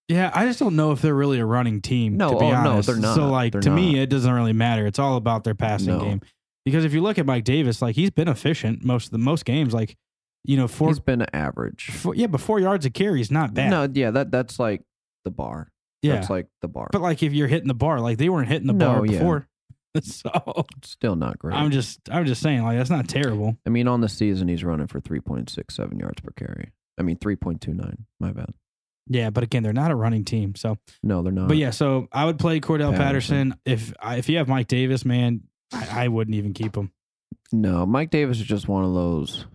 Yeah, I just don't know if they're really a running team.
No,
to be
oh, no,
honest.
they're not.
So like
They're
to me,
not.
it doesn't really matter. It's all about their passing
No.
game. Because if you look at Mike Davis, like he's been efficient most of the most games. Like you know, four,
He's been average.
four yeah, but four yards a carry is not bad.
No, yeah, that that's like the bar.
yeah,
that's like the bar.
but like if you're hitting the bar, like they weren't hitting the
No,
bar
yeah.
before. So
still not great.
I'm just I'm just saying like that's not terrible.
I mean, on the season, he's running for three point six seven yards per carry. I mean, three point two nine. My bad.
Yeah, but again, they're not a running team. So,
No, they're not.
but yeah, so I would play Cordell Patterson.
Patterson.
If I, if you have Mike Davis, man, I, I wouldn't even keep him.
No, Mike Davis is just one of those.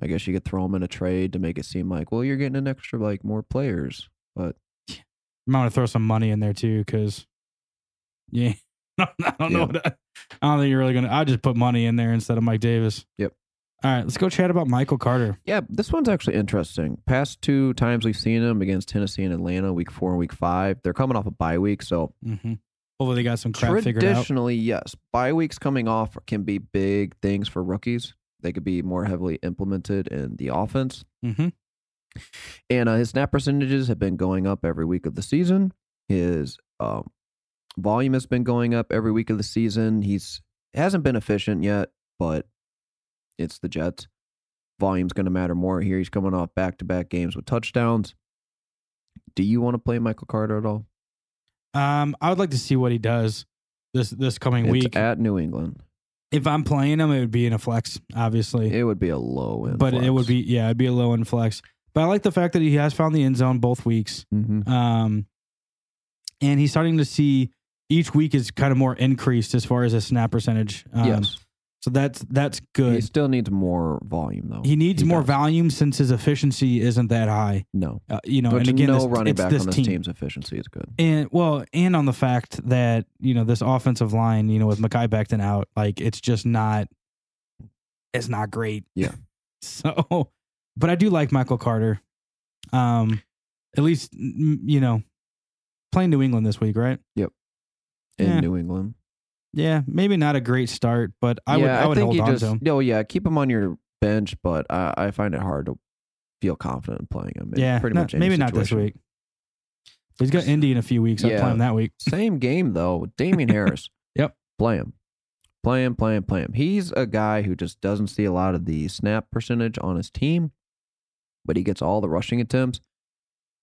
I guess you could throw him in a trade to make it seem like, well, you're getting an extra, like, more players.
I'm gonna throw some money in there too, because yeah, I don't know.
Yeah.
What I, I don't think you're really gonna. I just put money in there instead of Mike Davis.
Yep.
All right, let's go chat about Michael Carter.
Yeah, this one's actually interesting. Past two times we've seen him against Tennessee and Atlanta, week four and week five, they're coming off a bye week. So
Mm-hmm. Hopefully, they got some crap figured out.
traditionally, yes, bye weeks coming off can be big things for rookies. They could be more heavily implemented in the offense.
Mm-hmm.
And uh, his snap percentages have been going up every week of the season. His um, volume has been going up every week of the season. He's hasn't been efficient yet, but it's the Jets. Volume's going to matter more here. He's coming off back to back games with touchdowns. Do you want to play Michael Carter at all?
Um, I would like to see what he does this this coming
it's
week.
at New England.
if I'm playing him, it would be in a flex, obviously.
It would be a low end,
but it would be yeah, it'd be a low end flex. But I like the fact that he has found the end zone both weeks.
hmm
Um, and he's starting to see each week is kind of more increased as far as his snap percentage. Um,
yes,
So that's that's
he
good.
still needs more volume though.
he needs more
does.
volume since his efficiency isn't that high.
No,
Uh, you know, and
Which
again,
no
this,
running
it's
back
this
on this
team.
team's efficiency is good.
And well, and on the fact that you know this offensive line, you know, with Mackay Becton out, like it's just not, it's not great.
Yeah.
so, but I do like Michael Carter. Um, at least mm, you know, playing New England this week, right?
in
Yeah.
New England.
Yeah, maybe not a great start, but I would I would hold
you
on
just,
to him.
No, yeah, keep him on your bench, but I, I find it hard to feel confident in playing him. in
Yeah,
pretty
not-
much any
maybe not this
situation.
week. He's got Indy in a few weeks. I'd
Yeah.
play him that week.
Same game though, Damien Harris.
Yep.
play him, play him, play him, play him. He's a guy who just doesn't see a lot of the snap percentage on his team, but he gets all the rushing attempts.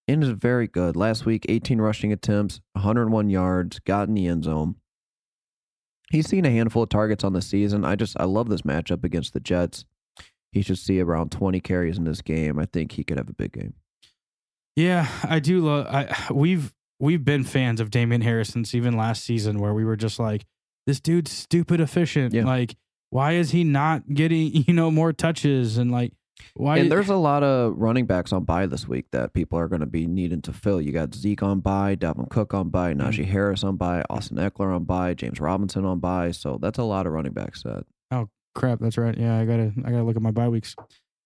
And is very good. Last week, 18 rushing attempts, 101 yards, got in the end zone. He's seen a handful of targets on the season. I just I love this matchup against the Jets. He should see around 20 carries in this game. I think he could have a big game.
Yeah, I do love. I we've we've been fans of Damian Harris since even last season, where we were just like, this dude's stupid efficient.
Yeah.
Like, why is he not getting you know more touches and like why?
and there's a lot of running backs on bye this week that people are going to be needing to fill. You got Zeke on bye, Dalvin Cook on bye,
Hmm.
Najee Harris on bye, Austin Eckler on bye, James Robinson on bye. So that's a lot of running backs that
crap. That's right. Yeah, I gotta I gotta look at my bye weeks.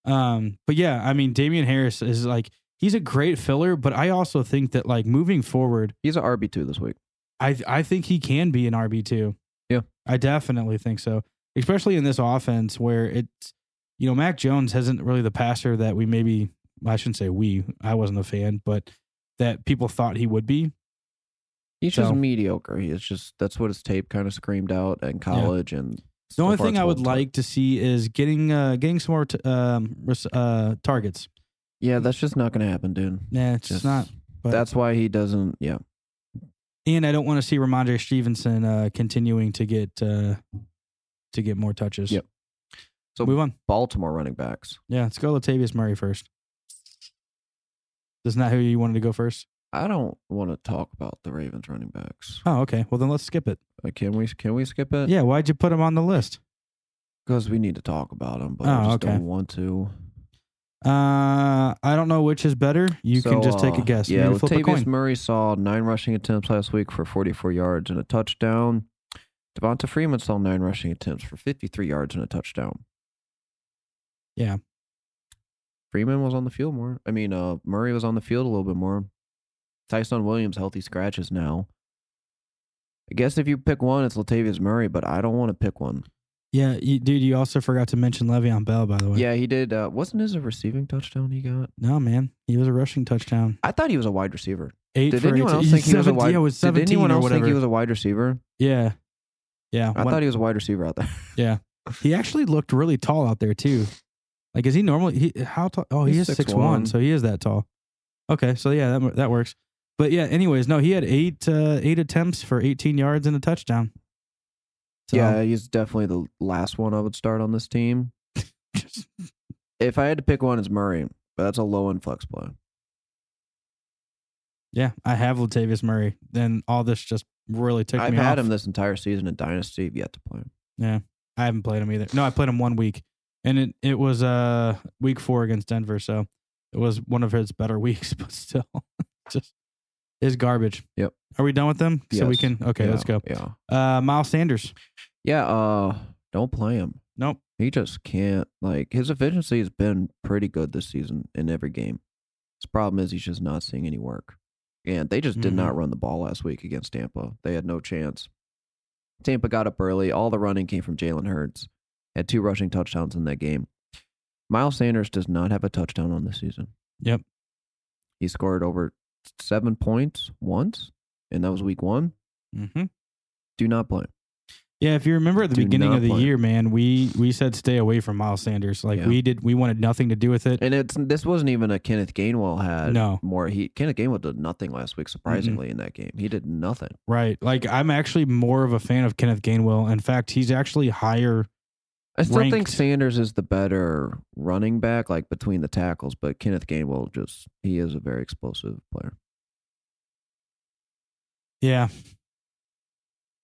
Um, but yeah, I mean, Damian Harris is like he's a great filler, but I also think that like moving forward,
he's an RB two this week.
I I think he can be an RB two.
Yeah.
I definitely think so. Especially in this offense where it's you know Mac Jones hasn't really the passer that we maybe I shouldn't say we I wasn't a fan, but that people thought he would be.
He's
So-
just mediocre. He is just that's what his tape kind of screamed out in college. And
The
so
only
far
thing
it's
I would
holding up.
like to see is getting uh getting some more t- um res- uh targets.
yeah, that's just not going to happen, dude.
Nah, it's just
Just
not. But
that's why he doesn't. Yeah,
and I don't want to see Ramondre Stevenson uh continuing to get uh to get more touches.
Yep.
So
So-
move on.
Baltimore running backs.
Yeah, let's go Latavius Murray first. Isn't that who you wanted to go first?
I don't want to talk about the Ravens running backs.
Oh, okay. Well, then let's skip it.
Uh, Can we? Can we skip it?
Yeah, why'd you put him on the list?
because we need to talk about them, but I
Oh,
just
okay.
don't want to.
Uh, I don't know which is better. You
So,
can just take a
uh,
guess.
Yeah,
Maybe flip a
Latavius
coin.
Murray saw nine rushing attempts last week for 44 yards and a touchdown. Devonta Freeman saw nine rushing attempts for 53 yards and a touchdown.
Yeah.
Freeman was on the field more. I mean, uh, Murray was on the field a little bit more. Tyson Williams healthy scratches now. I guess if you pick one, it's Latavius Murray, but I don't want to pick one.
yeah, you, dude, you also forgot to mention Le'Veon Bell, by the way.
Yeah, he did. Uh, wasn't his a receiving touchdown he got?
No, man, he was a rushing touchdown.
I thought he was a wide receiver.
Eight
Did
for 18.
anyone else think he was a
17
wide?
Yeah, it was
did
seventeen
anyone
or
else
whatever.
think he was a wide receiver?
yeah, yeah.
I
When-
thought he was a wide receiver out there.
Yeah. he actually looked really tall out there too. Like, is he normally he, how tall? Oh, he
He's
is
6'1",
six one, so he is that tall. Okay, so yeah, that that works. But yeah, anyways, no, he had eight uh, eight attempts for eighteen yards and a touchdown. So,
Yeah, he's definitely the last one I would start on this team. If I had to pick one, it's Murray, but that's a low end flex play.
yeah, I have Latavius Murray. Then all this just really took
I've
me
had
off.
him this entire season in Dynasty. I've yet to play him.
I haven't played him either. No, I played him one week, and it it was uh week four against Denver, so it was one of his better weeks. But still, just is garbage.
Yep.
Are we done with them? So we
Yes.
can okay,
Yeah,
let's go.
Yeah,
Uh, Miles Sanders.
yeah. Uh, don't play him.
Nope.
He just can't. Like his efficiency has been pretty good this season in every game. His problem is he's just not seeing any work, and they just did
Mhm.
not run the ball last week against Tampa. They had no chance. Tampa got up early. All the running came from Jalen Hurts. Had two rushing touchdowns in that game. Miles Sanders does not have a touchdown on this season.
Yep.
He scored over seven points once, and that was week one.
Mm-hmm.
Do not play. him.
Yeah, if you remember at the
Do
beginning
not
of the
play him.
year, man, we we said stay away from Miles Sanders. Like
Yeah.
we did, we wanted nothing to do with it.
And it's this wasn't even a Kenneth Gainwell had
No.
more he Kenneth Gainwell did nothing last week surprisingly in that game. He did nothing.
Right. Like I'm actually more of a fan of Kenneth Gainwell. In fact, he's actually higher.
I still think
Ranked.
Sanders is the better running back like between the tackles, but Kenneth Gainwell just he is a very explosive player.
Yeah.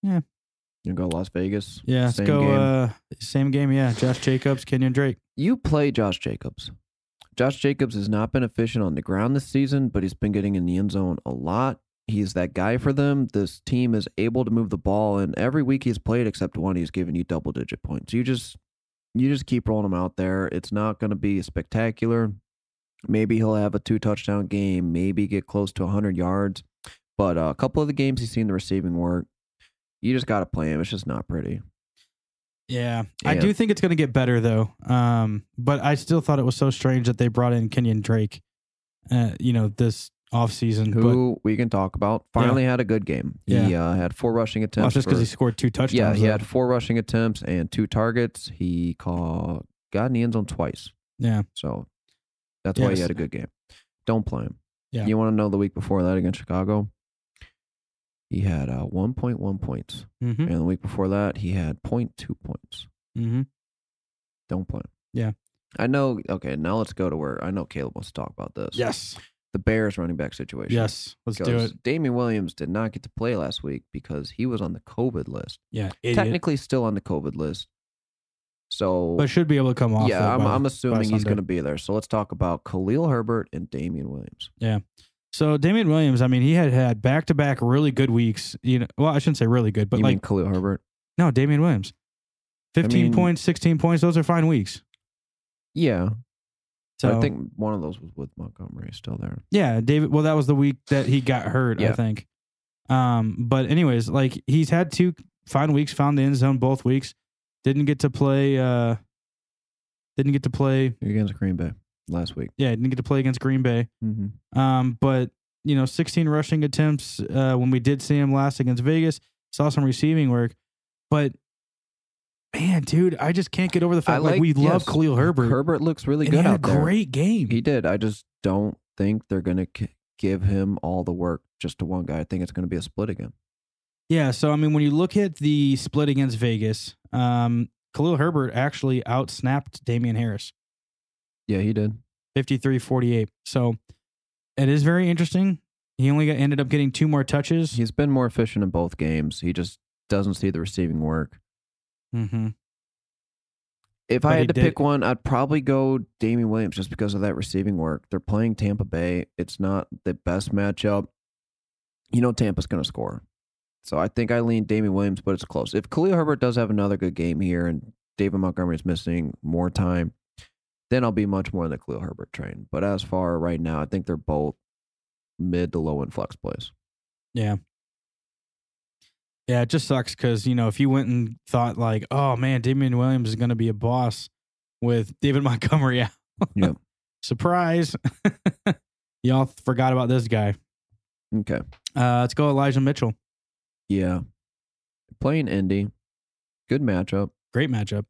You go to Las Vegas.
Yeah. Let's
same
go.
game.
Uh, same game. Yeah. Josh Jacobs, Kenyon Drake.
you play Josh Jacobs. Josh Jacobs has not been efficient on the ground this season, but he's been getting in the end zone a lot. He's that guy for them. This team is able to move the ball, and every week he's played except one, he's given you double digit points. You just you just keep rolling him out there. It's not going to be spectacular. Maybe he'll have a two touchdown game, maybe get close to 100 yards. But uh, a couple of the games he's seen the receiving work, you just got to play him. It's just not pretty.
Yeah. I
Yeah.
do think it's going to get better though. Um, but I still thought it was so strange that they brought in Kenyon Drake. Uh, you know this offseason. But
who we can talk about. Finally had a good game. He uh, had four rushing
well,
attempts.
it's just because
for-
he scored two touchdowns.
yeah, he
though.
had four rushing attempts and two targets. He caught, got in the end zone twice.
Yeah.
So that's why
Yes.
he had a good game. Don't play him.
Yeah.
You want to know the week before that against Chicago? He had uh, 1.1 points.
Mm-hmm.
And the week before that, he had 0.2 points.
Mm-hmm.
Don't play him. I know. Okay, now let's go to where I know Caleb wants to talk about this.
Yes.
The Bears running back situation.
Yes. Let's do
Because
it.
Damian Williams did not get to play last week because he was on the COVID list.
Yeah. Idiot.
Technically, still on the COVID list. So,
But should be able to come off.
yeah,
though,
I'm,
by-
I'm assuming he's
Sunday.
going to be there. So let's talk about Khalil Herbert and Damian Williams.
So Damian Williams, I mean, he had had back to back really good weeks. You know, well, I shouldn't say really good, but
you
like
mean Khalil Herbert?
no, Damian Williams, fifteen
mean-
points, sixteen points. Those are fine weeks.
Yeah,
So
I think one of those was with Montgomery still there.
yeah, David. Well, that was the week that he got hurt, I
Yeah.
think. Um, but anyways, like he's had two fine weeks, found the end zone both weeks. Didn't get to play. uh Didn't get to play.
against Green Bay last week.
Yeah, didn't get to play against Green Bay.
Mm-hmm.
Um, but you know, 16 rushing attempts uh, when we did see him last against Vegas. Saw some receiving work, but man, dude, I just can't get over the fact like, we love Khalil Herbert.
Herbert looks really
and
good
he had
out
a
there.
great game.
He did. I just don't think they're going to c- give him all the work just to one guy. I think it's going to be a split again.
yeah, so I mean, when you look at the split against Vegas, um, Khalil Herbert actually outsnapped Damian Harris
Yeah, he did.
53-48. So it is very interesting. He only got, ended up getting two more touches.
He's been more efficient in both games. He just doesn't see the receiving work.
Mm-hmm.
If
But
I
he
had to
did-
pick one, I'd probably go Damian Williams just because of that receiving work. They're playing Tampa Bay. It's not the best matchup. You know Tampa's going to score. So I think I lean Damian Williams, but it's close. If Khalil Herbert does have another good game here and David Montgomery's missing more time, then I'll be much more on the Khalil Herbert train. But as far right now, I think they're both mid to low in flex plays.
Yeah, it just sucks because you know if you went and thought like, oh man, Damian Williams is going to be a boss with David Montgomery out.
Yep.
Surprise! Y'all forgot about this guy.
Okay.
Uh, let's go, Elijah Mitchell.
Yeah. Playing Indy. Good matchup.
Great matchup.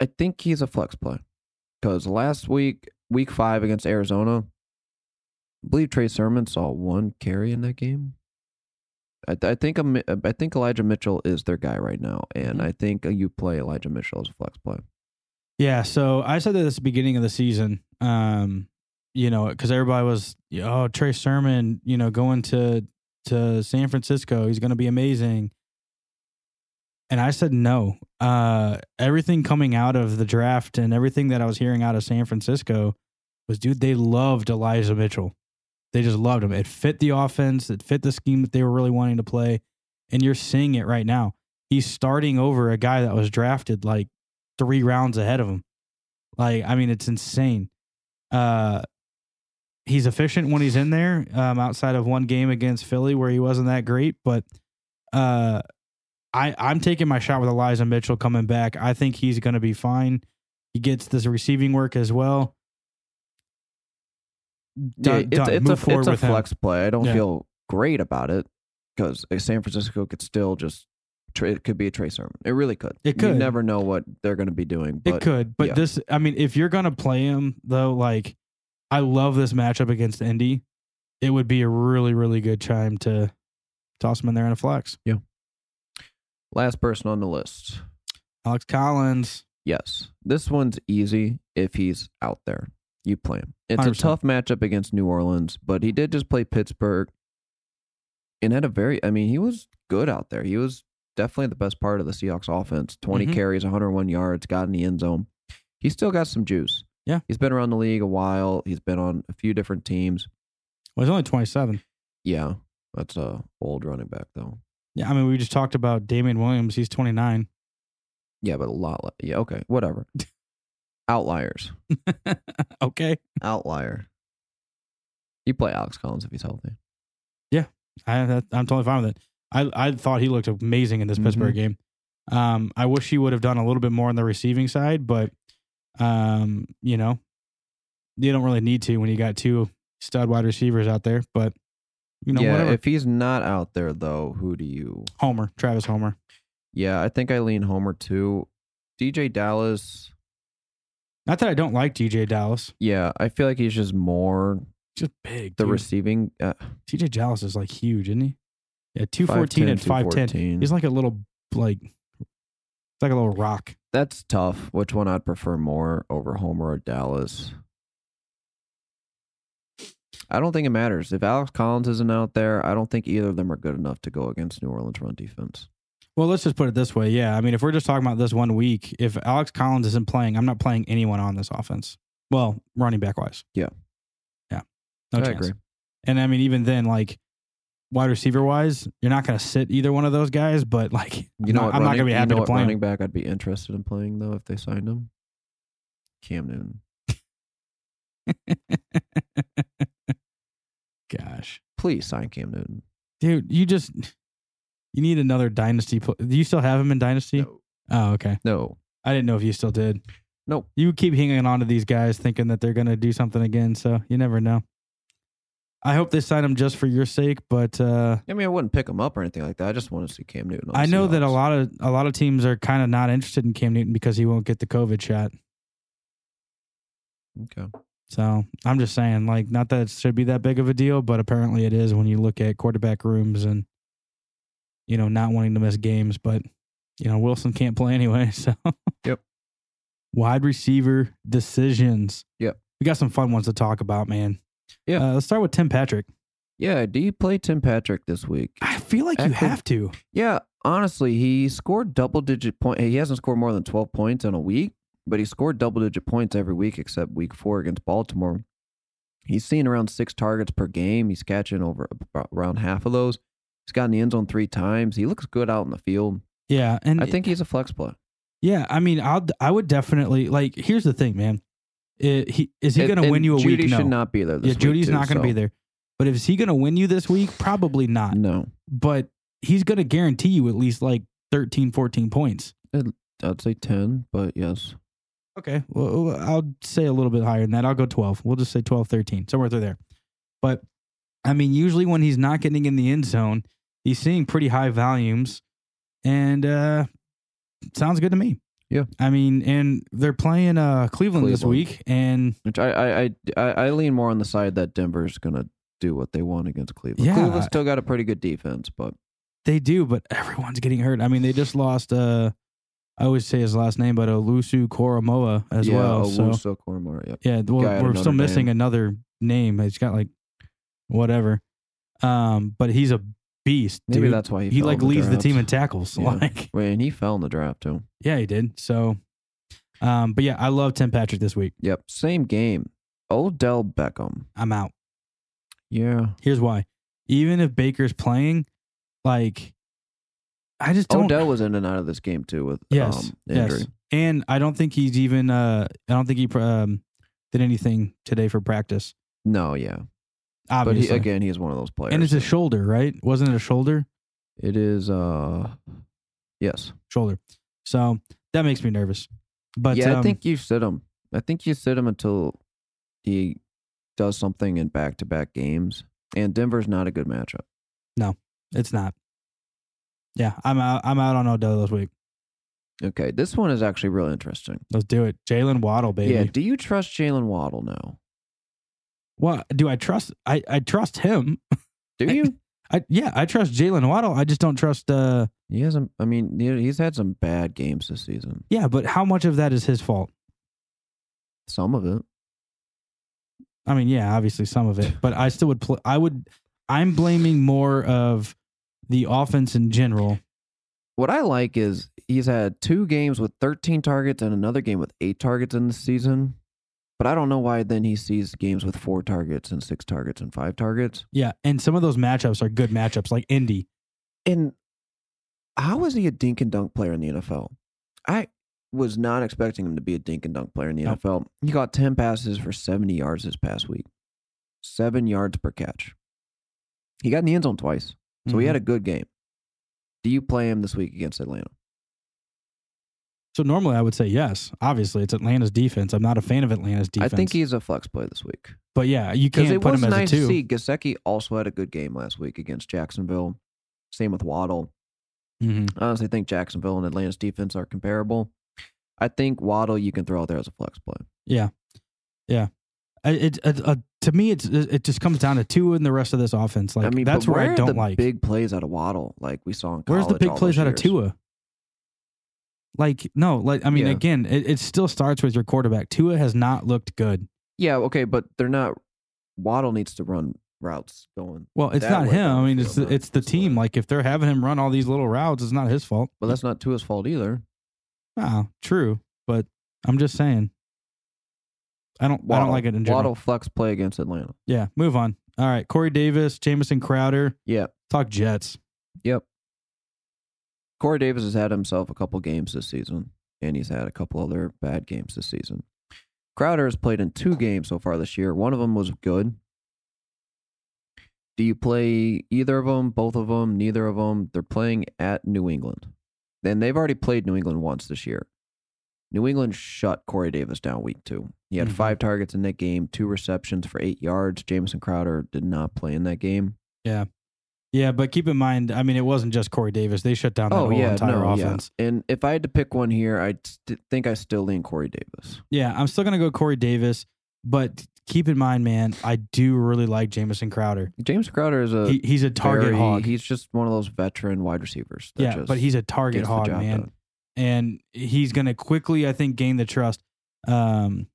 I think he's a flex play because last week, week five against Arizona, I believe Trey Sermon saw one carry in that game. I, I think I'm- I think Elijah Mitchell is their guy right now, and
Mhm.
I think you play Elijah Mitchell as a flex play.
Yeah, so I said that at the beginning of the season, um, you know, because everybody was, oh, Trey Sermon, you know, going to to San Francisco, he's going to be amazing. And I said no. Uh, everything coming out of the draft and everything that I was hearing out of San Francisco was, dude, they loved Elijah Mitchell. They just loved him. It fit the offense. It fit the scheme that they were really wanting to play. And you're seeing it right now. He's starting over a guy that was drafted like three rounds ahead of him. Like, I mean, it's insane. Uh, he's efficient when he's in there. Um, outside of one game against Philly where he wasn't that great, but uh, I I'm taking my shot with Eliza Mitchell coming back. I think he's going to be fine. He gets this receiving work as well. Done-
it's,
done.
it's
Move
a,
forward
it's a
with him.
flex play. I don't
Yeah.
feel great about it because San Francisco could still just. Tra- It could be a Trey Sermon. It really could.
It could.
You never know what they're going to be doing. But
it could, but
yeah.
this, I mean, if you're going to play him though, like I love this matchup against Indy. It would be a really, really good time to toss him in there in a flex.
last person on the list,
Alex Collins.
Yes. This one's easy if he's out there. You play him. It's a
100%.
tough matchup against New Orleans, but he did just play Pittsburgh and had a very, I mean, he was good out there. He was definitely the best part of the Seahawks offense 20
Mhm.
carries, 101 yards, got in the end zone. He still got some juice.
Yeah.
He's been around the league a while, he's been on a few different teams.
Well, he's only 27.
Yeah. That's a old running back, though.
Yeah, I mean, we just talked about Damian Williams. He's 29.
Yeah, but a lot. le- Yeah, okay, whatever. Outliers.
Okay.
Outlier. You play Alex Collins if he's healthy.
I, that, I'm totally fine with it. I, I thought he looked amazing in this
Mhm.
Pittsburgh game. Um, I wish he would have done a little bit more on the receiving side, but, um, you know, you don't really need to when you got two stud wide receivers out there. But, you know,
yeah,
whatever.
if he's not out there though, who do you?
Homer, Travis Homer.
Yeah, I think I lean Homer too. DJ Dallas.
Not that I don't like DJ Dallas.
Yeah, I feel like he's just more
Just big.
the
dude.
receiving. Uh,
TJ Dallas is like huge, isn't he? Yeah, 214 and 5'10.
214.
He's like a little like it's like a little rock.
That's tough. Which one I'd prefer more over Homer or Dallas? I don't think it matters. If Alex Collins isn't out there, I don't think either of them are good enough to go against New Orleans run defense.
Well, let's just put it this way. Yeah. I mean, if we're just talking about this one week, if Alex Collins isn't playing, I'm not playing anyone on this offense. Well, running back wise.
Yeah.
Yeah. No
I
chance.
agree.
And I mean, even then, like wide receiver wise, you're not going to sit either one of those guys, but like,
You know,
I'm, not,
what
I'm not
running-
going to be
you
happy
know
to
what
play
running
him.
back. I'd be interested in playing though if they signed him. Cam Newton,
Gosh.
please sign Cam Newton.
Dude, you just, you need another dynasty. Pl- Do you still have him in dynasty?
No,
Oh, okay.
no,
I didn't know if you still did.
Nope.
You keep hanging on to these guys thinking that they're going to do something again. So you never know. I hope they sign him just for your sake, but uh,
I mean, I wouldn't pick him up or anything like that. I just want to see Cam Newton. on the
I know that a
Seahawks.
lot of a lot of teams are kind of not interested in Cam Newton because he won't get the COVID shot.
Okay.
So I'm just saying, like, not that it should be that big of a deal, but apparently it is when you look at quarterback rooms and you know not wanting to miss games. But you know Wilson can't play anyway, so
Yep.
Wide receiver decisions.
Yep.
We got some fun ones to talk about, man.
Yeah.
Uh, let's start with Tim Patrick.
Yeah. Do you play Tim Patrick this week?
I feel like you
Active-
have to.
Yeah, honestly, he scored double digit point. He hasn't scored more than 12 points in a week, but he scored double digit points every week except week 4 against Baltimore. He's seen around 6 targets per game. He's catching over about around half of those. He's gotten the end zone 3 times. He looks good out in the field.
Yeah, and
I think he's a flex play.
Yeah, I mean, I'll I would definitely like. Here's the thing, man. It, he, is he
And-
going to
and
win you a
Judy
week?
should
no.
not be there this
Yeah,
week,
Judy's
too,
not going to
so-
be there. But is he going to win you this week? Probably not.
No.
But he's going to guarantee you at least like 13, 14 points.
I'd say 10, but yes.
Okay. Well, I'll say a little bit higher than that. I'll go 12. We'll just say 12, 13, somewhere through there. But I mean, usually when he's not getting in the end zone, he's seeing pretty high volumes and uh sounds good to me.
Yeah.
I mean, and they're playing uh Cleveland, this
Cleveland.
week and
Which I I, I, I I lean more on the side that Denver's going to do what they want against Cleveland.
Yeah.
Cleveland's still got a pretty good defense, but
they do, but everyone's getting hurt. I mean, they just lost uh I always say his last name, but Olusu Koromoa as
yeah,
well. So
Owusu Okoromori, yep.
Yeah, well,
guy out of
we're still
Notre
missing
Dame.
another name. He's got like whatever, um, but he's a beast.
Maybe
dude.
that's why he,
he
fell
like
in the
leads the
draft.
team in tackles.
Yeah.
Like,
Wait, and he fell in the draft too.
yeah, he did. So, um, but yeah, I love Tim Patrick this week.
Yep, same game. Odell Beckham.
I'm out.
Yeah,
Here's why: even if Baker's playing, like, I just don't.
Odell was in and out of this game too with
yes,
Oh, um, injury.
yes, and I don't think he's even. Uh, I don't think he um, did anything today for practice.
No, yeah, but
Obviously,
he, again, he's one of those players.
and it's a
that-
shoulder, right? Wasn't it a shoulder?
It is. Uh, yes.
shoulder. So that makes me nervous. But
yeah, I
um,
think you sit him. I think you sit him until he does something in back-to-back games. And Denver's not a good matchup.
it's not. Yeah, I'm out. I'm out on Odell this week.
Okay, this one is actually real interesting.
Let's do it, Jalen Waddle, baby.
Yeah, do you trust Jalen Waddle now?
Well, do I trust? I I trust him.
Do you?
I yeah, I trust Jalen Waddle. I just don't trust. Uh,
He hasn't. I mean, he- he's had some bad games this season.
yeah, but how much of that is his fault?
Some of it.
I mean, yeah, obviously some of it, but I still would. Pl- I would. I'm blaming more of the offense in general.
What I like is he's had two games with 13 targets and another game with eight targets in the season. But I don't know why then he sees games with four targets and six targets and five targets.
Yeah, and some of those matchups are good matchups, like Indy.
And how is he a dink and dunk player in the NFL? I was not expecting him to be a dink and dunk player in the
No.
NFL. He got 10 passes for 70 yards this past week, seven yards per catch. He got in the end zone twice. So he had
Mm-hmm.
a good game. Do you play him this week against Atlanta?
So normally I would say yes. Obviously, it's Atlanta's defense. I'm not a fan of Atlanta's defense.
I think he's a flex play this week
but yeah, you
because
can't
it
put
was
him as
nice
a two.
to see. Gasecki also had a good game last week against Jacksonville. Same with Waddle.
Mhm.
I honestly think Jacksonville and Atlanta's defense are comparable. I think Waddle you can throw out there as a flex play.
Yeah, yeah. I- It, it, uh, to me, it's it just comes down to two and the rest of this offense. Like
I mean,
that's
but
where
where
I
are
don't
the
like.
big plays out of Waddle, like we saw in college.
Where's the big
all
plays
those
out of
years?
Tua? Like no, like I mean,
Yeah.
again, it, it still starts with your quarterback. Tua has not looked good.
Yeah, okay, but they're not. Waddle needs to run routes going.
Well, it's
That
not
way
him. I mean,
downfield,
it's the,
not
it's the
his
team.
leg.
Like if they're having him run all these little routes, it's not his fault.
But that's not Tua's fault either.
Ah, true. But I'm just saying. I don't. I
Waddle-
don't like it in general.
Waddle flex play against Atlanta.
Yeah, move on. All right, Corey Davis, Jamison Crowder.
Yeah,
Talk Jets.
yep. Corey Davis has had himself a couple games this season, and he's had a couple other bad games this season. Crowder has played in two games so far this year. One of them was good. Do you play either of them, both of them, neither of them? They're playing at New England. And they've already played New England once this year. New England shut Corey Davis down week two. He had
Mhm.
five targets in that game, two receptions for eight yards. Jameson Crowder did not play in that game.
Yeah, but keep in mind, I mean, it wasn't just Corey Davis. They shut down that whole entire offense.
Oh, yeah. And if I had to pick one here, I st- think I still lean Corey Davis.
Yeah. I'm still gonna go Corey Davis, but keep in mind, man, I do really like Jamison Crowder.
James Crowder is a
He, he's a target
Uh, very-
hog.
He's just one of those veteran wide receivers. that
yeah,
just
but he's a target
gets the
hog,
job
man,
done.
and he's gonna quickly, I think, gain the trust, um,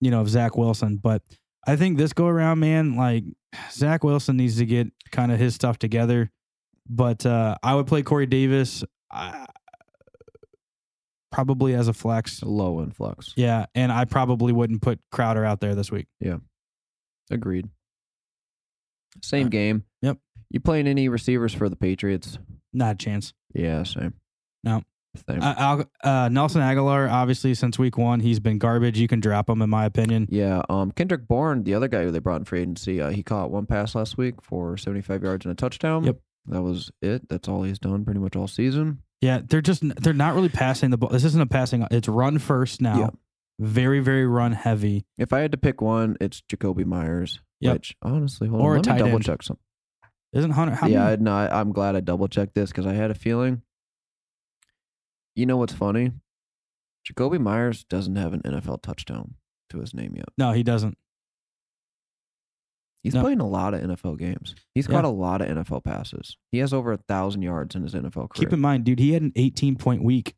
you know, of Zach Wilson. But I think this go around, man, like Zach Wilson needs to get kind of his stuff together. But uh, I would play Corey Davis. Uh, Probably as a flex.
Low influx.
Yeah, and I probably wouldn't put Crowder out there this week.
Agreed. Same
Uh,
game.
yep.
You playing any receivers for the Patriots?
Not a chance.
Yeah, same.
No.
Same.
Uh, Al- uh, Nelson Aguilar, obviously, since week one, he's been garbage. You can drop him, in my opinion.
yeah, um, Kendrick Bourne, the other guy who they brought in free agency, uh, he caught one pass last week for 75 yards and a touchdown.
Yep.
That was it. That's all he's done pretty much all season.
Yeah, they're just they're not really passing the ball. This isn't a passing. It's run first now.
Yeah.
Very very run heavy.
If I had to pick one, it's Jacoby Myers.
Yep.
Which honestly, hold
Or a
on, let
tight
me double
end.
check something.
Isn't Hunter? How
yeah,
many-
I, no, I- I'm glad I double checked this because I had a feeling. You know what's funny? Jacoby Myers doesn't have an NFL touchdown to his name yet.
no, he doesn't.
He's
No.
playing a lot of NFL games. He's
Yeah.
caught a lot of NFL passes. He has over a thousand yards in his NFL career.
Keep in mind, dude, he had an 18 point week,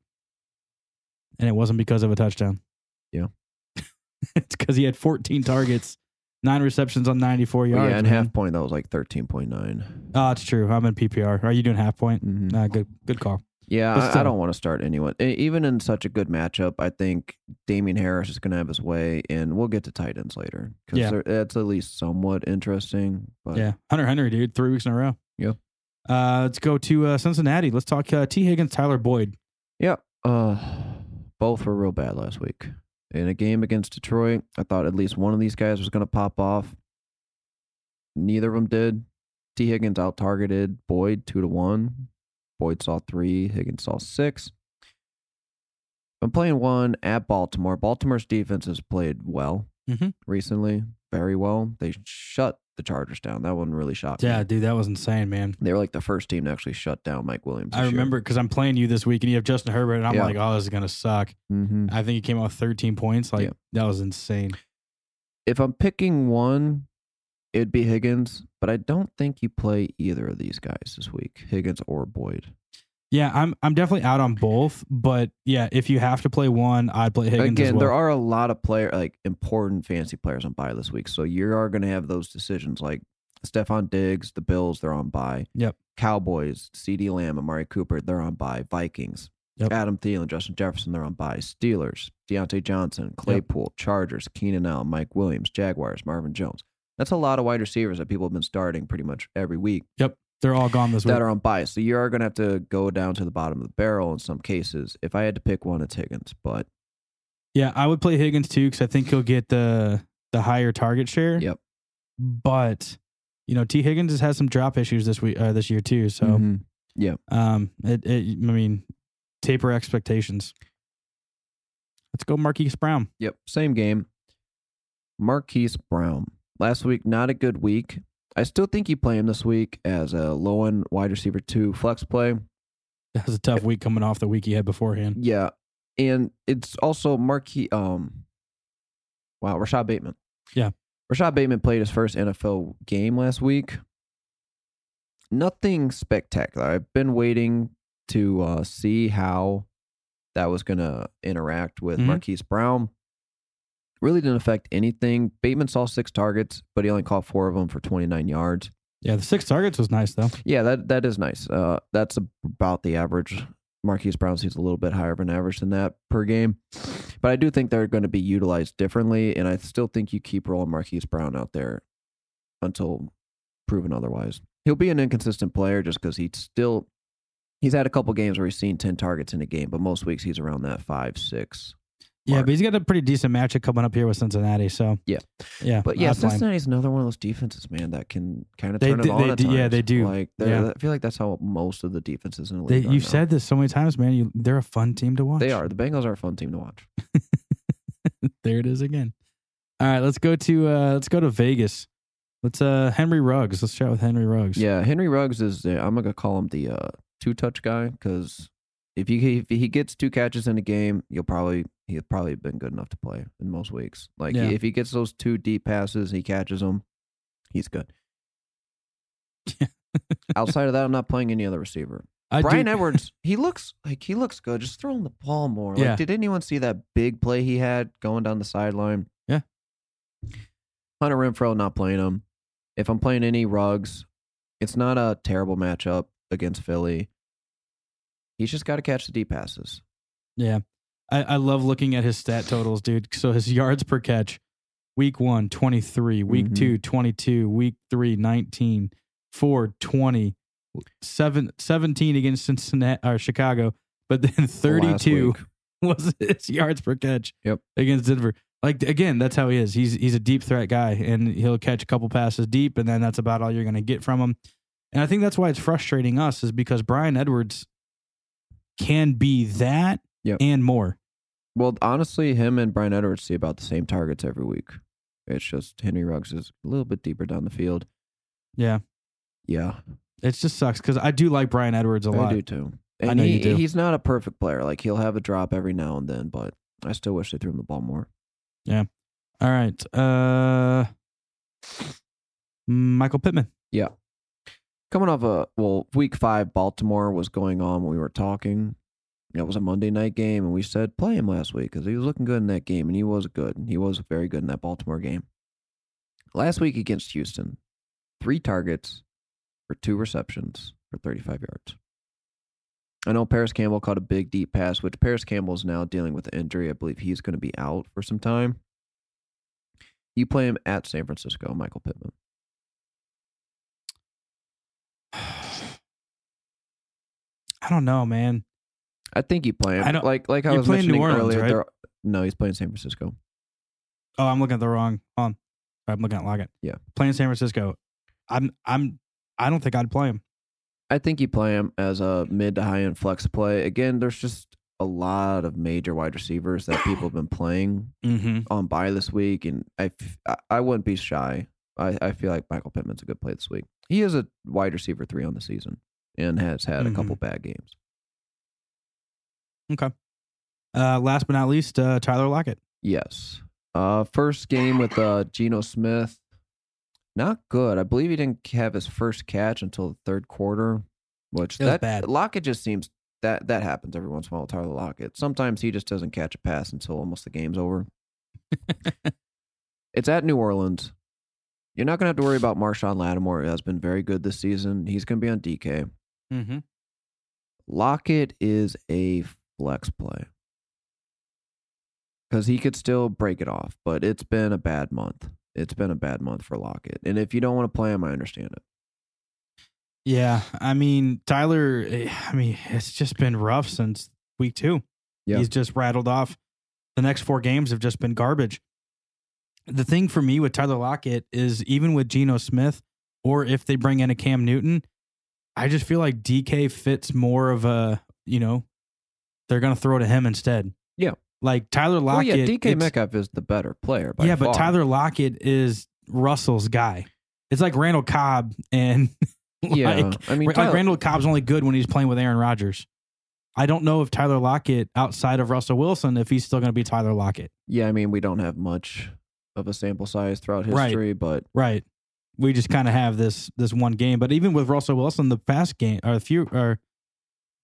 and it wasn't because of a touchdown.
Yeah.
it's because he had 14 targets, nine receptions on 94
Well,
yards.
Oh, yeah, and
man.
half point that was like thirteen point nine.
Oh, it's true. I'm in PPR. Are you doing half point?
Mhm.
Nah, good good call.
Yeah,
But
I,
still.
I don't want to start anyone. E- Even in such a good matchup, I think Damien Harris is going to have his way, and we'll get to tight ends later
Yeah.
because that's at least somewhat interesting. But
Yeah, Hunter Henry, dude, three weeks in a row.
Yeah.
Uh, let's go to uh, Cincinnati. Let's talk uh, T. Higgins, Tyler Boyd.
yeah, uh, both were real bad last week in a game against Detroit. I thought at least one of these guys was going to pop off. Neither of them did. T. Higgins out targeted Boyd two to one. Boyd saw three. Higgins saw six. I'm playing one at Baltimore. Baltimore's defense has played well
Mhm.
recently, very well. They shut the Chargers down. That one really shocked
Yeah,
me.
dude, that was insane, man.
They were like the first team to actually shut down Mike Williams.
I remember because I'm playing you this week, and you have Justin Herbert, and I'm
Yeah.
like, oh, this is gonna suck.
hmm
I think he came out with 13 points. Like
Yeah.
that was insane.
If I'm picking one, it'd be Higgins, but I don't think you play either of these guys this week, Higgins or Boyd.
Yeah, I'm I'm definitely out on both, but yeah, if you have to play one, I'd play Higgins as
Again,
well.
there are a lot of player like important fancy players on buy this week, so you are going to have those decisions like Stefan Diggs, the Bills, they're on buy.
Yep.
Cowboys, C.D. Lamb, Amari Cooper, they're on buy. Vikings,
Yep.
Adam Thielen, Justin Jefferson, they're on buy. Steelers, Deontay Johnson, Claypool, Chargers, Keenan Allen, Mike Williams, Jaguars, Marvin Jones. That's a lot of wide receivers that people have been starting pretty much every week
They're all gone this week.
that are on buy. So you are going to have to go down to the bottom of the barrel in some cases. If I had to pick one, it's Higgins, but
Yeah, I would play Higgins too because I think he'll get the the higher target share.
Yep.
But you know, T Higgins has had some drop issues this week uh, this year too. So
Mm-hmm.
um, it, it I mean, taper expectations. Let's go, Marquise Brown.
Yep, same game. Marquise Brown. Last week, not a good week. I still think you play him this week as a low end wide receiver two flex play.
That was a tough week coming off the week he had beforehand.
Yeah. And it's also Marquis um wow, Rashad Bateman.
Yeah.
Rashad Bateman played his first NFL game last week. Nothing spectacular. I've been waiting to uh, see how that was going to interact with
Mhm.
Marquise Brown. Really didn't affect anything. Bateman saw six targets, but he only caught four of them for 29 yards.
Yeah, the six targets was nice though.
Yeah, that that is nice. Uh, that's about the average. Marquise Brown sees a little bit higher of an average than that per game, but I do think they're going to be utilized differently, and I still think you keep rolling Marquise Brown out there until proven otherwise. He'll be an inconsistent player just because he's still he's had a couple games where he's seen ten targets in a game, but most weeks he's around that five six.
Yeah,
Mark.
but he's got a pretty decent matchup coming up here with Cincinnati. So
Yeah.
yeah,
But yeah,
I'd play him.
Cincinnati's another one of those defenses, man, that can kind of
They
turn
do-
it on.
they
at
do- yeah,
times.
they do.
Like they're-
Yeah.
I feel like that's how most of the defenses in the
They,
league. are
you've
now.
said this so many times, man. You, they're a fun team to watch.
They are. The Bengals are a fun team to watch.
There it is again. All right, let's go to uh let's go to Vegas. Let's uh Henry Ruggs. Let's chat with Henry Ruggs.
Yeah, Henry Ruggs is. The, I'm gonna call him the uh, two touch guy because if he if he gets two catches in a game, you'll probably he'll probably been good enough to play in most weeks. Like
Yeah.
if he gets those two deep passes, he catches them, he's good.
Yeah.
Outside of that, I'm not playing any other receiver.
I do-
Brian Edwards, he looks like he looks good. Just throw him the ball more. Like,
Yeah.
did anyone see that big play he had going down the sideline?
Yeah.
Hunter Renfro not playing him. If I'm playing any rugs, it's not a terrible matchup against Philly. He's just got to catch the deep passes.
Yeah. I, I love looking at his stat totals, dude. So his yards per catch, week one, 23, week
Mhm.
two, 22, week three, 19, four, 20, seven, 17 against Cincinnati or Chicago, but then
The last
32
week.
was his yards per catch
Yep.
against Denver. Like again, that's how he is. He's he's a deep threat guy and he'll catch a couple passes deep and then that's about all you're going to get from him. And I think that's why it's frustrating us is because Brian Edwards can be that
Yep.
and more.
Well, honestly, him and Brian Edwards see about the same targets every week. It's just Henry Ruggs is a little bit deeper down the field.
Yeah,
Yeah,
it just sucks because I do like Brian Edwards a lot.
I do too.
I
And
know
he,
you do.
He's not a perfect player. Like he'll have a drop every now and then, but I still wish they threw him the ball more.
All right, uh, Michael Pittman.
Coming off a well, week five, Baltimore was going on when we were talking. It was a Monday night game, and we said play him last week because he was looking good in that game, and he was good. He was very good in that Baltimore game. Last week against Houston, three targets for two receptions for 35 yards. I know Paris Campbell caught a big deep pass, which Paris Campbell is now dealing with an injury. I believe he's going to be out for some time. You play him at San Francisco, Michael Pittman.
I don't know, man.
I think you play him.
I don't-
like like I
you
was
play in New
mentioning
Orleans,
earlier.
right?
they're- No, he's playing San Francisco.
Oh, I'm looking at the wrong. Hold on, I'm looking at Lockett.
Yeah.
playing San Francisco. I'm I'm I don't think I'd play him.
I think you play him as a mid to high end flex play. Again, there's just a lot of major wide receivers that people have been playing
Mm-hmm.
on by this week, and I f- I- I wouldn't be shy. I, I feel like Michael Pittman's a good play this week. He is a wide receiver three on the season and has had
Mhm.
a couple bad games.
Uh, last but not least, uh, Tyler Lockett.
Yes. Uh, first game with uh, Geno Smith, not good. I believe he didn't have his first catch until the third quarter, which
That was
that
bad.
Lockett just seems that that happens every once in a while with Tyler Lockett. Sometimes he just doesn't catch a pass until almost the game's over. it's at New Orleans. You're not gonna have to worry about Marshawn Lattimore. He has been very good this season. He's gonna be on DK.
Mm-hmm.
Lockett is a flex play because he could still break it off, but it's been a bad month. It's been a bad month for Lockett. And if you don't want to play him, I understand it.
Yeah, I mean Tyler. eh, I mean it's just been rough since week two.
Yeah.
he's just rattled off. The next four games have just been garbage. The thing for me with Tyler Lockett is even with Geno Smith, or if they bring in a Cam Newton, I just feel like DK fits more of a you know they're gonna throw to him instead.
Yeah.
like Tyler
Oh
Lockett.
yeah, DK
it's-
Metcalf is the better player. By
yeah, but
far.
Tyler Lockett is Russell's guy. It's like Randall Cobb and like,
yeah, I mean,
like
Tyler,
Randall Cobb's only good when he's playing with Aaron Rodgers. I don't know if Tyler Lockett outside of Russell Wilson if he's still going to be Tyler Lockett.
yeah, I mean, we don't have much of a sample size throughout
Right.
history, but
Right. We just kind of have this this one game, but even with Russell Wilson, the past game or a few or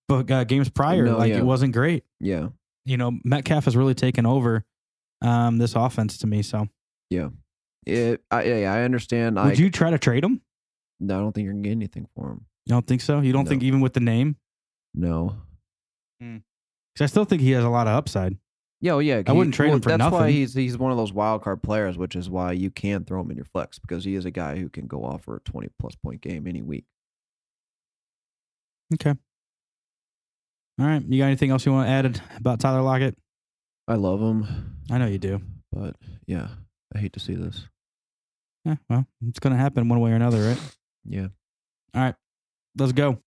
but uh, games prior,
No,
like
yeah.
it wasn't great.
yeah,
you know, Metcalf has really taken over um, this offense to me. So
It, I, yeah, I understand. I,
would you try to trade him?
no, I don't think you're gonna get anything for him.
You don't think so? You don't
No.
think even with the name?
No.
Because I still think he has a lot of upside.
Yeah, well, yeah.
I wouldn't trade him for
that's why
nothing.
he's he's one of those wild card players, which is why you can throw him in your flex because he is a guy who can go off for a twenty plus point game any week.
Okay. All right. You got anything else you want to add about Tyler Lockett?
I love him,
I know you do.
but yeah, I hate to see this.
Yeah, well, it's going to happen one way or another, right?
Yeah,
Let's go.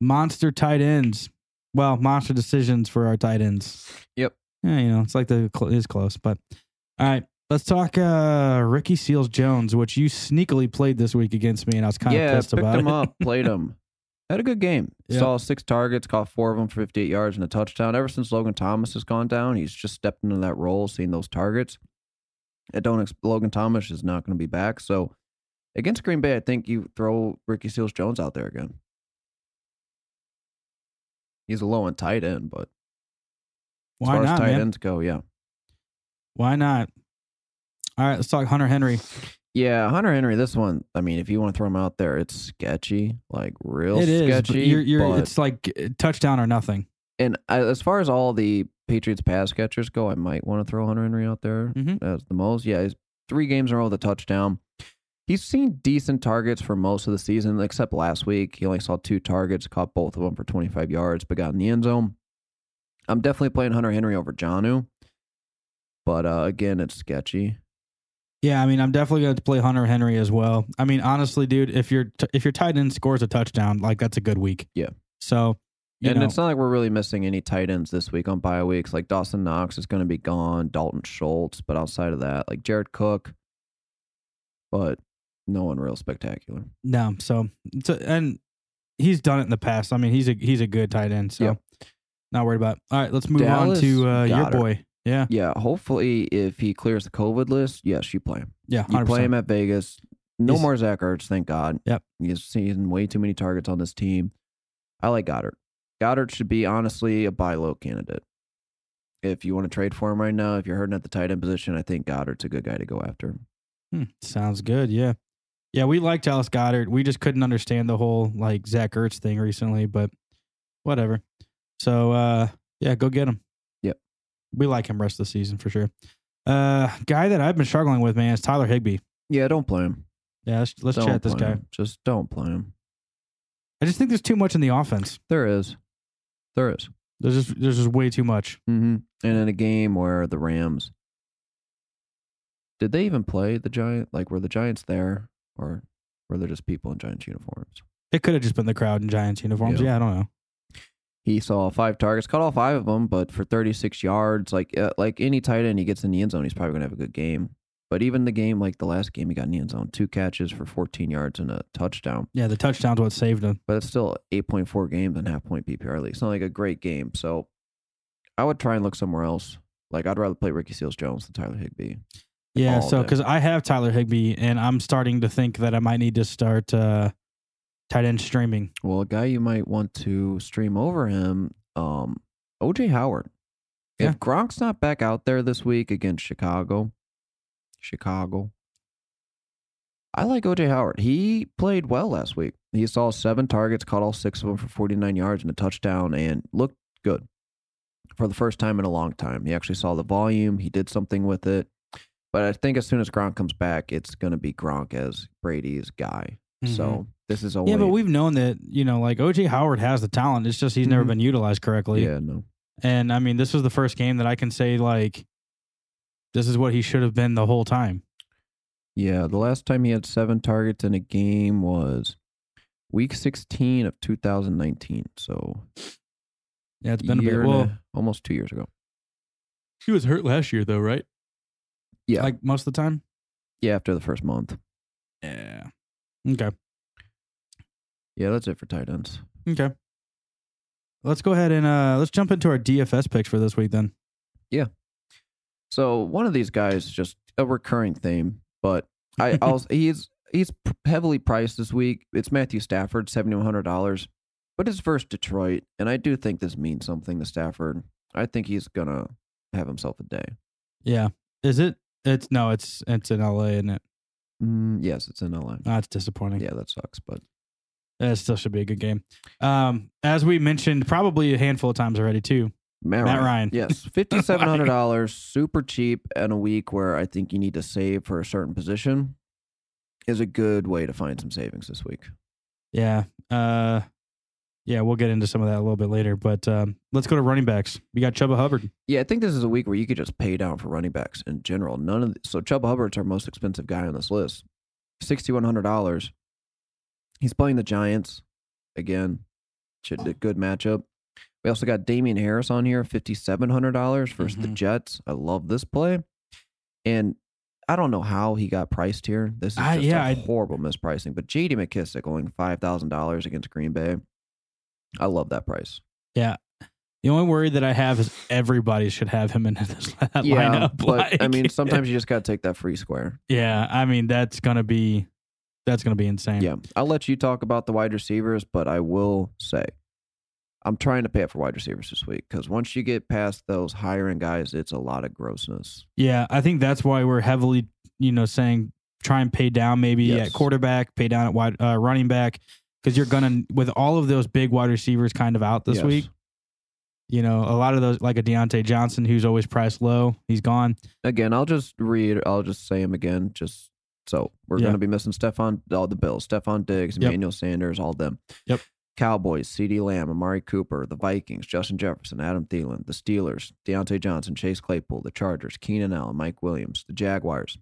Monster tight ends. Well, monster decisions for our tight ends.
Yep.
Yeah, you know, it's like the cl- it is close, but all right. Let's talk uh, Ricky Seals Jones, which you sneakily played this week against me, and I was kind of
yeah.
pissed
Picked
about
him
it.
up, played him. Had a good game.
Yeah.
Saw six targets, caught four of them for fifty eight yards and a touchdown. Ever since Logan Thomas has gone down, he's just stepped into that role, seeing those targets. I don't. Ex- Logan Thomas is not going to be back, so against Green Bay, I think you throw Ricky Seals Jones out there again. He's a low end tight end, but as
Why
far
not,
as tight
man?
ends go, yeah,
Why not? All right, let's talk Hunter Henry.
yeah. Hunter Henry, this one. I mean, if you want to throw him out there, it's sketchy, like real
It is. but
sketchy.
you're, you're,
but-
it's like uh, touchdown or nothing.
and I, as far as all the Patriots pass catchers go, I might want to throw Hunter Henry out there
Mhm.
as the most. Yeah, he's three games in a row with a touchdown. He's seen decent targets for most of the season, except last week. He only saw two targets, caught both of them for 25 yards, but got in the end zone. I'm definitely playing Hunter Henry over Janu, but uh, again, it's sketchy.
Yeah, I mean, I'm definitely going to play Hunter Henry as well. I mean, honestly, dude, if your t- if your tight end scores a touchdown, like that's a good week.
Yeah.
So, you
and
know,
it's not like we're really missing any tight ends this week on bye weeks. Like Dawson Knox is going to be gone, Dalton Schultz, but outside of that, like Jared Cook, but no one real spectacular.
no. So, it's a- and he's done it in the past. I mean, he's a he's a good tight end. So,
Yeah.
not worried about. it. All right, let's move
Dallas
on to uh, your
Goedert.
boy. Yeah,
Yeah, hopefully if he clears the COVID list, yes, you play him.
yeah,
You
100%.
play him at Vegas. No
He's-
more Zach Ertz, thank God.
Yep.
He's seen way too many targets on this team. I like Goddard. Goddard should be honestly a buy low candidate. If you want to trade for him right now, if you're hurting at the tight end position, I think Goddard's a good guy to go after.
Hmm, sounds good. Yeah, yeah, we liked Dallas Goddard. We just couldn't understand the whole like Zach Ertz thing recently, but whatever. So uh, yeah, go get him.
Yep.
we like him rest of the season for sure. Uh, guy that I've been struggling with, man, is Tyler Higby.
Yeah, don't play him.
Yeah, let's, let's
Don't
chat this
play
guy.
him. Just don't play him.
I just think there's too much in the offense.
There is. There is.
There's just there's just way too much.
Mm-hmm. And in a game where the Rams did they even play the Giant? Like, were the Giants there, or were there just people in Giants uniforms?
It could have just been the crowd in Giants uniforms.
Yeah.
Yeah, I don't know.
He saw five targets, caught all five of them, but for 36 yards, like uh, like any tight end, he gets in the end zone, he's probably gonna have a good game. But even the game, like the last game, he got in the end zone, two catches for 14 yards and a touchdown.
Yeah, the touchdowns what saved him.
but it's still 8.4 games and half point PPR league. It's not like a great game. So I would try and look somewhere else. Like I'd rather play Ricky Seals Jones than Tyler Higbee.
Yeah,
all
so
day.
because I have Tyler Higby, and I'm starting to think that I might need to start uh, tight end streaming.
Well, a guy you might want to stream over him, um, OJ Howard.
Yeah.
If Gronk's not back out there this week against Chicago, Chicago. I like OJ Howard. He played well last week. He saw seven targets, caught all six of them for 49 yards and a touchdown, and looked good for the first time in a long time. He actually saw the volume. He did something with it. But I think as soon as Gronk comes back, it's going to be Gronk as Brady's guy. So this is a
Mm-hmm. yeah, but
way-
we've known that you know, like OJ Howard has the talent. It's just he's never
Mhm.
been utilized correctly.
yeah, no.
And I mean, this was the first game that I can say like, this is what he should have been the whole time.
Yeah, the last time he had seven targets in a game was week 16 of 2019. So
Yeah, it's been a
year
bit.
and
Well,
a- almost two years ago.
he was hurt last year though, right?
Yeah.
like most of the time.
Yeah, after the first month.
Yeah. Okay.
Yeah, that's it for tight ends.
Okay. Let's go ahead and uh let's jump into our DFS picks for this week then.
So one of these guys is just a recurring theme, but I also he's he's p- heavily priced this week. It's Matthew Stafford, seventy one hundred dollars, but it's versus Detroit, and I do think this means something to Stafford. I think he's gonna have himself a day.
Yeah. Is it? It's no. It's it's in L.A. Isn't it?
Mm, yes, it's in LA.
That's disappointing.
Yeah, that sucks, but
That still should be a good game. Um, as we mentioned, probably a handful of times already too.
Matt,
Matt Ryan.
Yes, fifty seven hundred dollars, super cheap, and a week where I think you need to save for a certain position is a good way to find some savings this week.
Yeah. Uh, yeah. We'll get into some of that a little bit later, but um, let's go to running backs. We got Chuba Hubbard.
Yeah, I think this is a week where you could just pay down for running backs in general. None of the, so Chubb Hubbard's our most expensive guy on this list, sixty one hundred dollars. He's playing the Giants again. Should a good matchup. We also got Damian Harris on here, fifty seven hundred dollars versus the
Mhm.
Jets. I love this play, and I don't know how he got priced here. This is
I-
just
yeah,
a
I-
horrible mispricing. But J.D. McKissick going five thousand dollars against Green Bay. I love that price.
The only worry that I have is everybody should have him in this that lineup.
But I
like-
mean, sometimes you just gotta take that free square.
Yeah, I mean that's gonna be that's gonna be insane.
Yeah, I'll let you talk about the wide receivers, but I will say I'm trying to pay up for wide receivers this week because once you get past those higher end guys, it's a lot of grossness.
Yeah, I think that's why we're heavily, you know, saying try and pay down maybe
Yes.
at quarterback, pay down at wide uh, running back, because you're gonna with all of those big wide receivers kind of out this
Yes.
week. You know, a lot of those like a Deontay Johnson who's always priced low, he's gone.
Again, I'll just read. I'll just say them again. Just so we're
Yeah.
gonna be missing Stefan, all the Bills, Stefan Diggs,
Yep.
Emmanuel Sanders, all them.
Yep.
Cowboys, C.D. Lamb, Amari Cooper, the Vikings, Justin Jefferson, Adam Thielen, the Steelers, Deontay Johnson, Chase Claypool, the Chargers, Keenan Allen, Mike Williams, the Jaguars,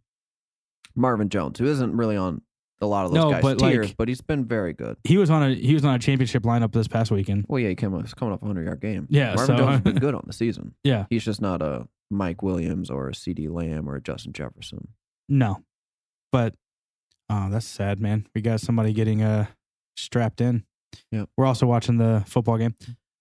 Marvin Jones, who isn't really on a lot of those
No,
guys'
but,
tiers,
like-
but he's been very good.
He was on a he was on a championship lineup this past weekend.
Well, yeah, he came he's coming off a hundred yard game.
Yeah,
Marvin
so-
Jones has been good on the season.
Yeah.
he's just not a Mike Williams or a C.D. Lamb or a Justin Jefferson.
No, but oh, that's sad, man. We got somebody getting uh strapped in.
Yep.
We're also watching the football game.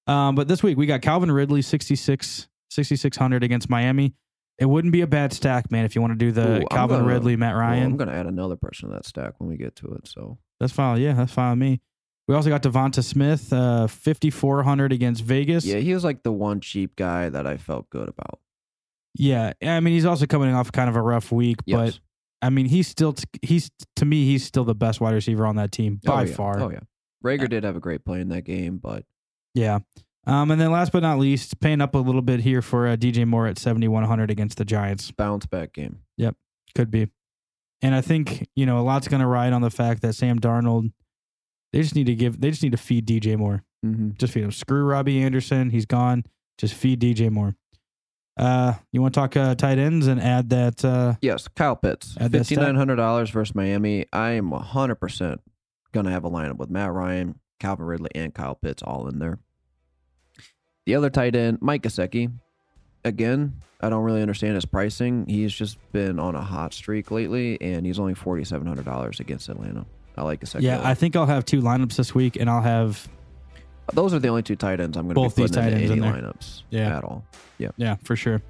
Um, but this week we got Calvin Ridley 66 6,600 against Miami. It wouldn't be a bad stack, man, if you want to do
Ooh,
the
I'm
Calvin
gonna-
Ridley, Matt
Well,
Ryan.
I'm going to add another person to that stack when we get to it. So
that's fine. Yeah, that's fine with me. We also got Devonta Smith, uh, 5,400 against Vegas.
yeah, he was like the one cheap guy that I felt good about.
Yeah, I mean, he's also coming off kind of a rough week, but
Yes.
I mean, he's still, t- he's to me, he's still the best wide receiver on that team by
oh, yeah.
far.
Oh yeah, Rager did have a great play in that game, but
Yeah. Um, and then last but not least, paying up a little bit here for uh, DJ Moore at 7,100 against the Giants.
bounce back game.
Could be. And I think, you know, a lot's going to ride on the fact that Sam Darnold, they just need to give, they just need to feed DJ Moore.
Mm-hmm.
Just feed him. Screw Robbie Anderson. He's gone. Just feed DJ Moore. Uh, you want to talk uh, tight ends and add that? Uh,
Yes, Kyle Pitts,
Add that
fifty
stat.
nine hundred dollars versus Miami. I am hundred percent going to have a lineup with Matt Ryan, Calvin Ridley, and Kyle Pitts all in there. The other tight end, Mike Gesicki. Again, I don't really understand his pricing. He's just been on a hot streak lately, and he's only forty seven hundred dollars against Atlanta. I like Gesicki. a
yeah,
lot.
I think I'll have two lineups this week and I'll have,
Those are the only two tight ends I'm going to
Both
be
these
putting into
tight ends
any
in there.
lineups
Yeah.
at all.
yeah, for sure.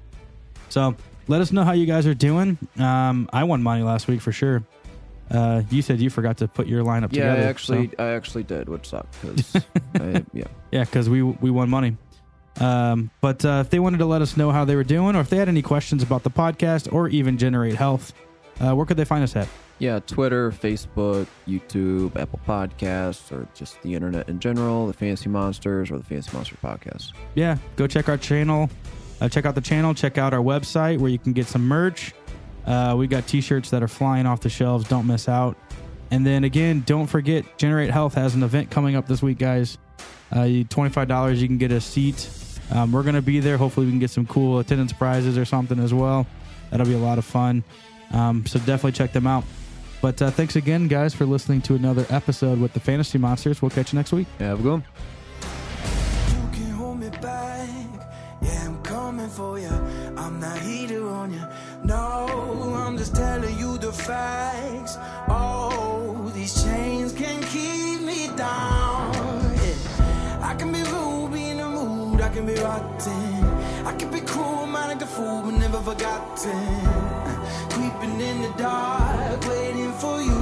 So let us know how you guys are doing. Um, I won money last week for sure. Uh, you said you forgot to put your lineup together.
Yeah, I
so-
actually, I actually did, which sucked because, yeah,
Yeah, because we we won money. Um, but uh, if they wanted to let us know how they were doing, or if they had any questions about the podcast, or even generate health, uh, where could they find us at?
yeah. Twitter, Facebook, YouTube, Apple Podcasts, or just the internet in general. The Fancy Monsters or the Fancy Monster Podcast.
Yeah, go check our channel. Uh, check out the channel. Check out our website where you can get some merch. Uh, we've got t-shirts that are flying off the shelves. Don't miss out. And then again, don't forget, Generate Health has an event coming up this week, guys. Uh, you- $25, you can get a seat. Um, we're going to be there. Hopefully, we can get some cool attendance prizes or something as well. That'll be a lot of fun. Um, so definitely check them out. But uh, thanks again, guys, for listening to another episode with the Fantasy Monsters. We'll catch you next week.
Have a good one.
You can hold me back. Yeah, I'm coming for you. I'm not heater on you. No, I'm just telling you the facts. Oh, these chains can keep me down. Yeah. I can be rude, be in the mood. I can be rotten. I can be cruel, man, like a fool, but never forgotten. Creeping in the dark, waiting for you.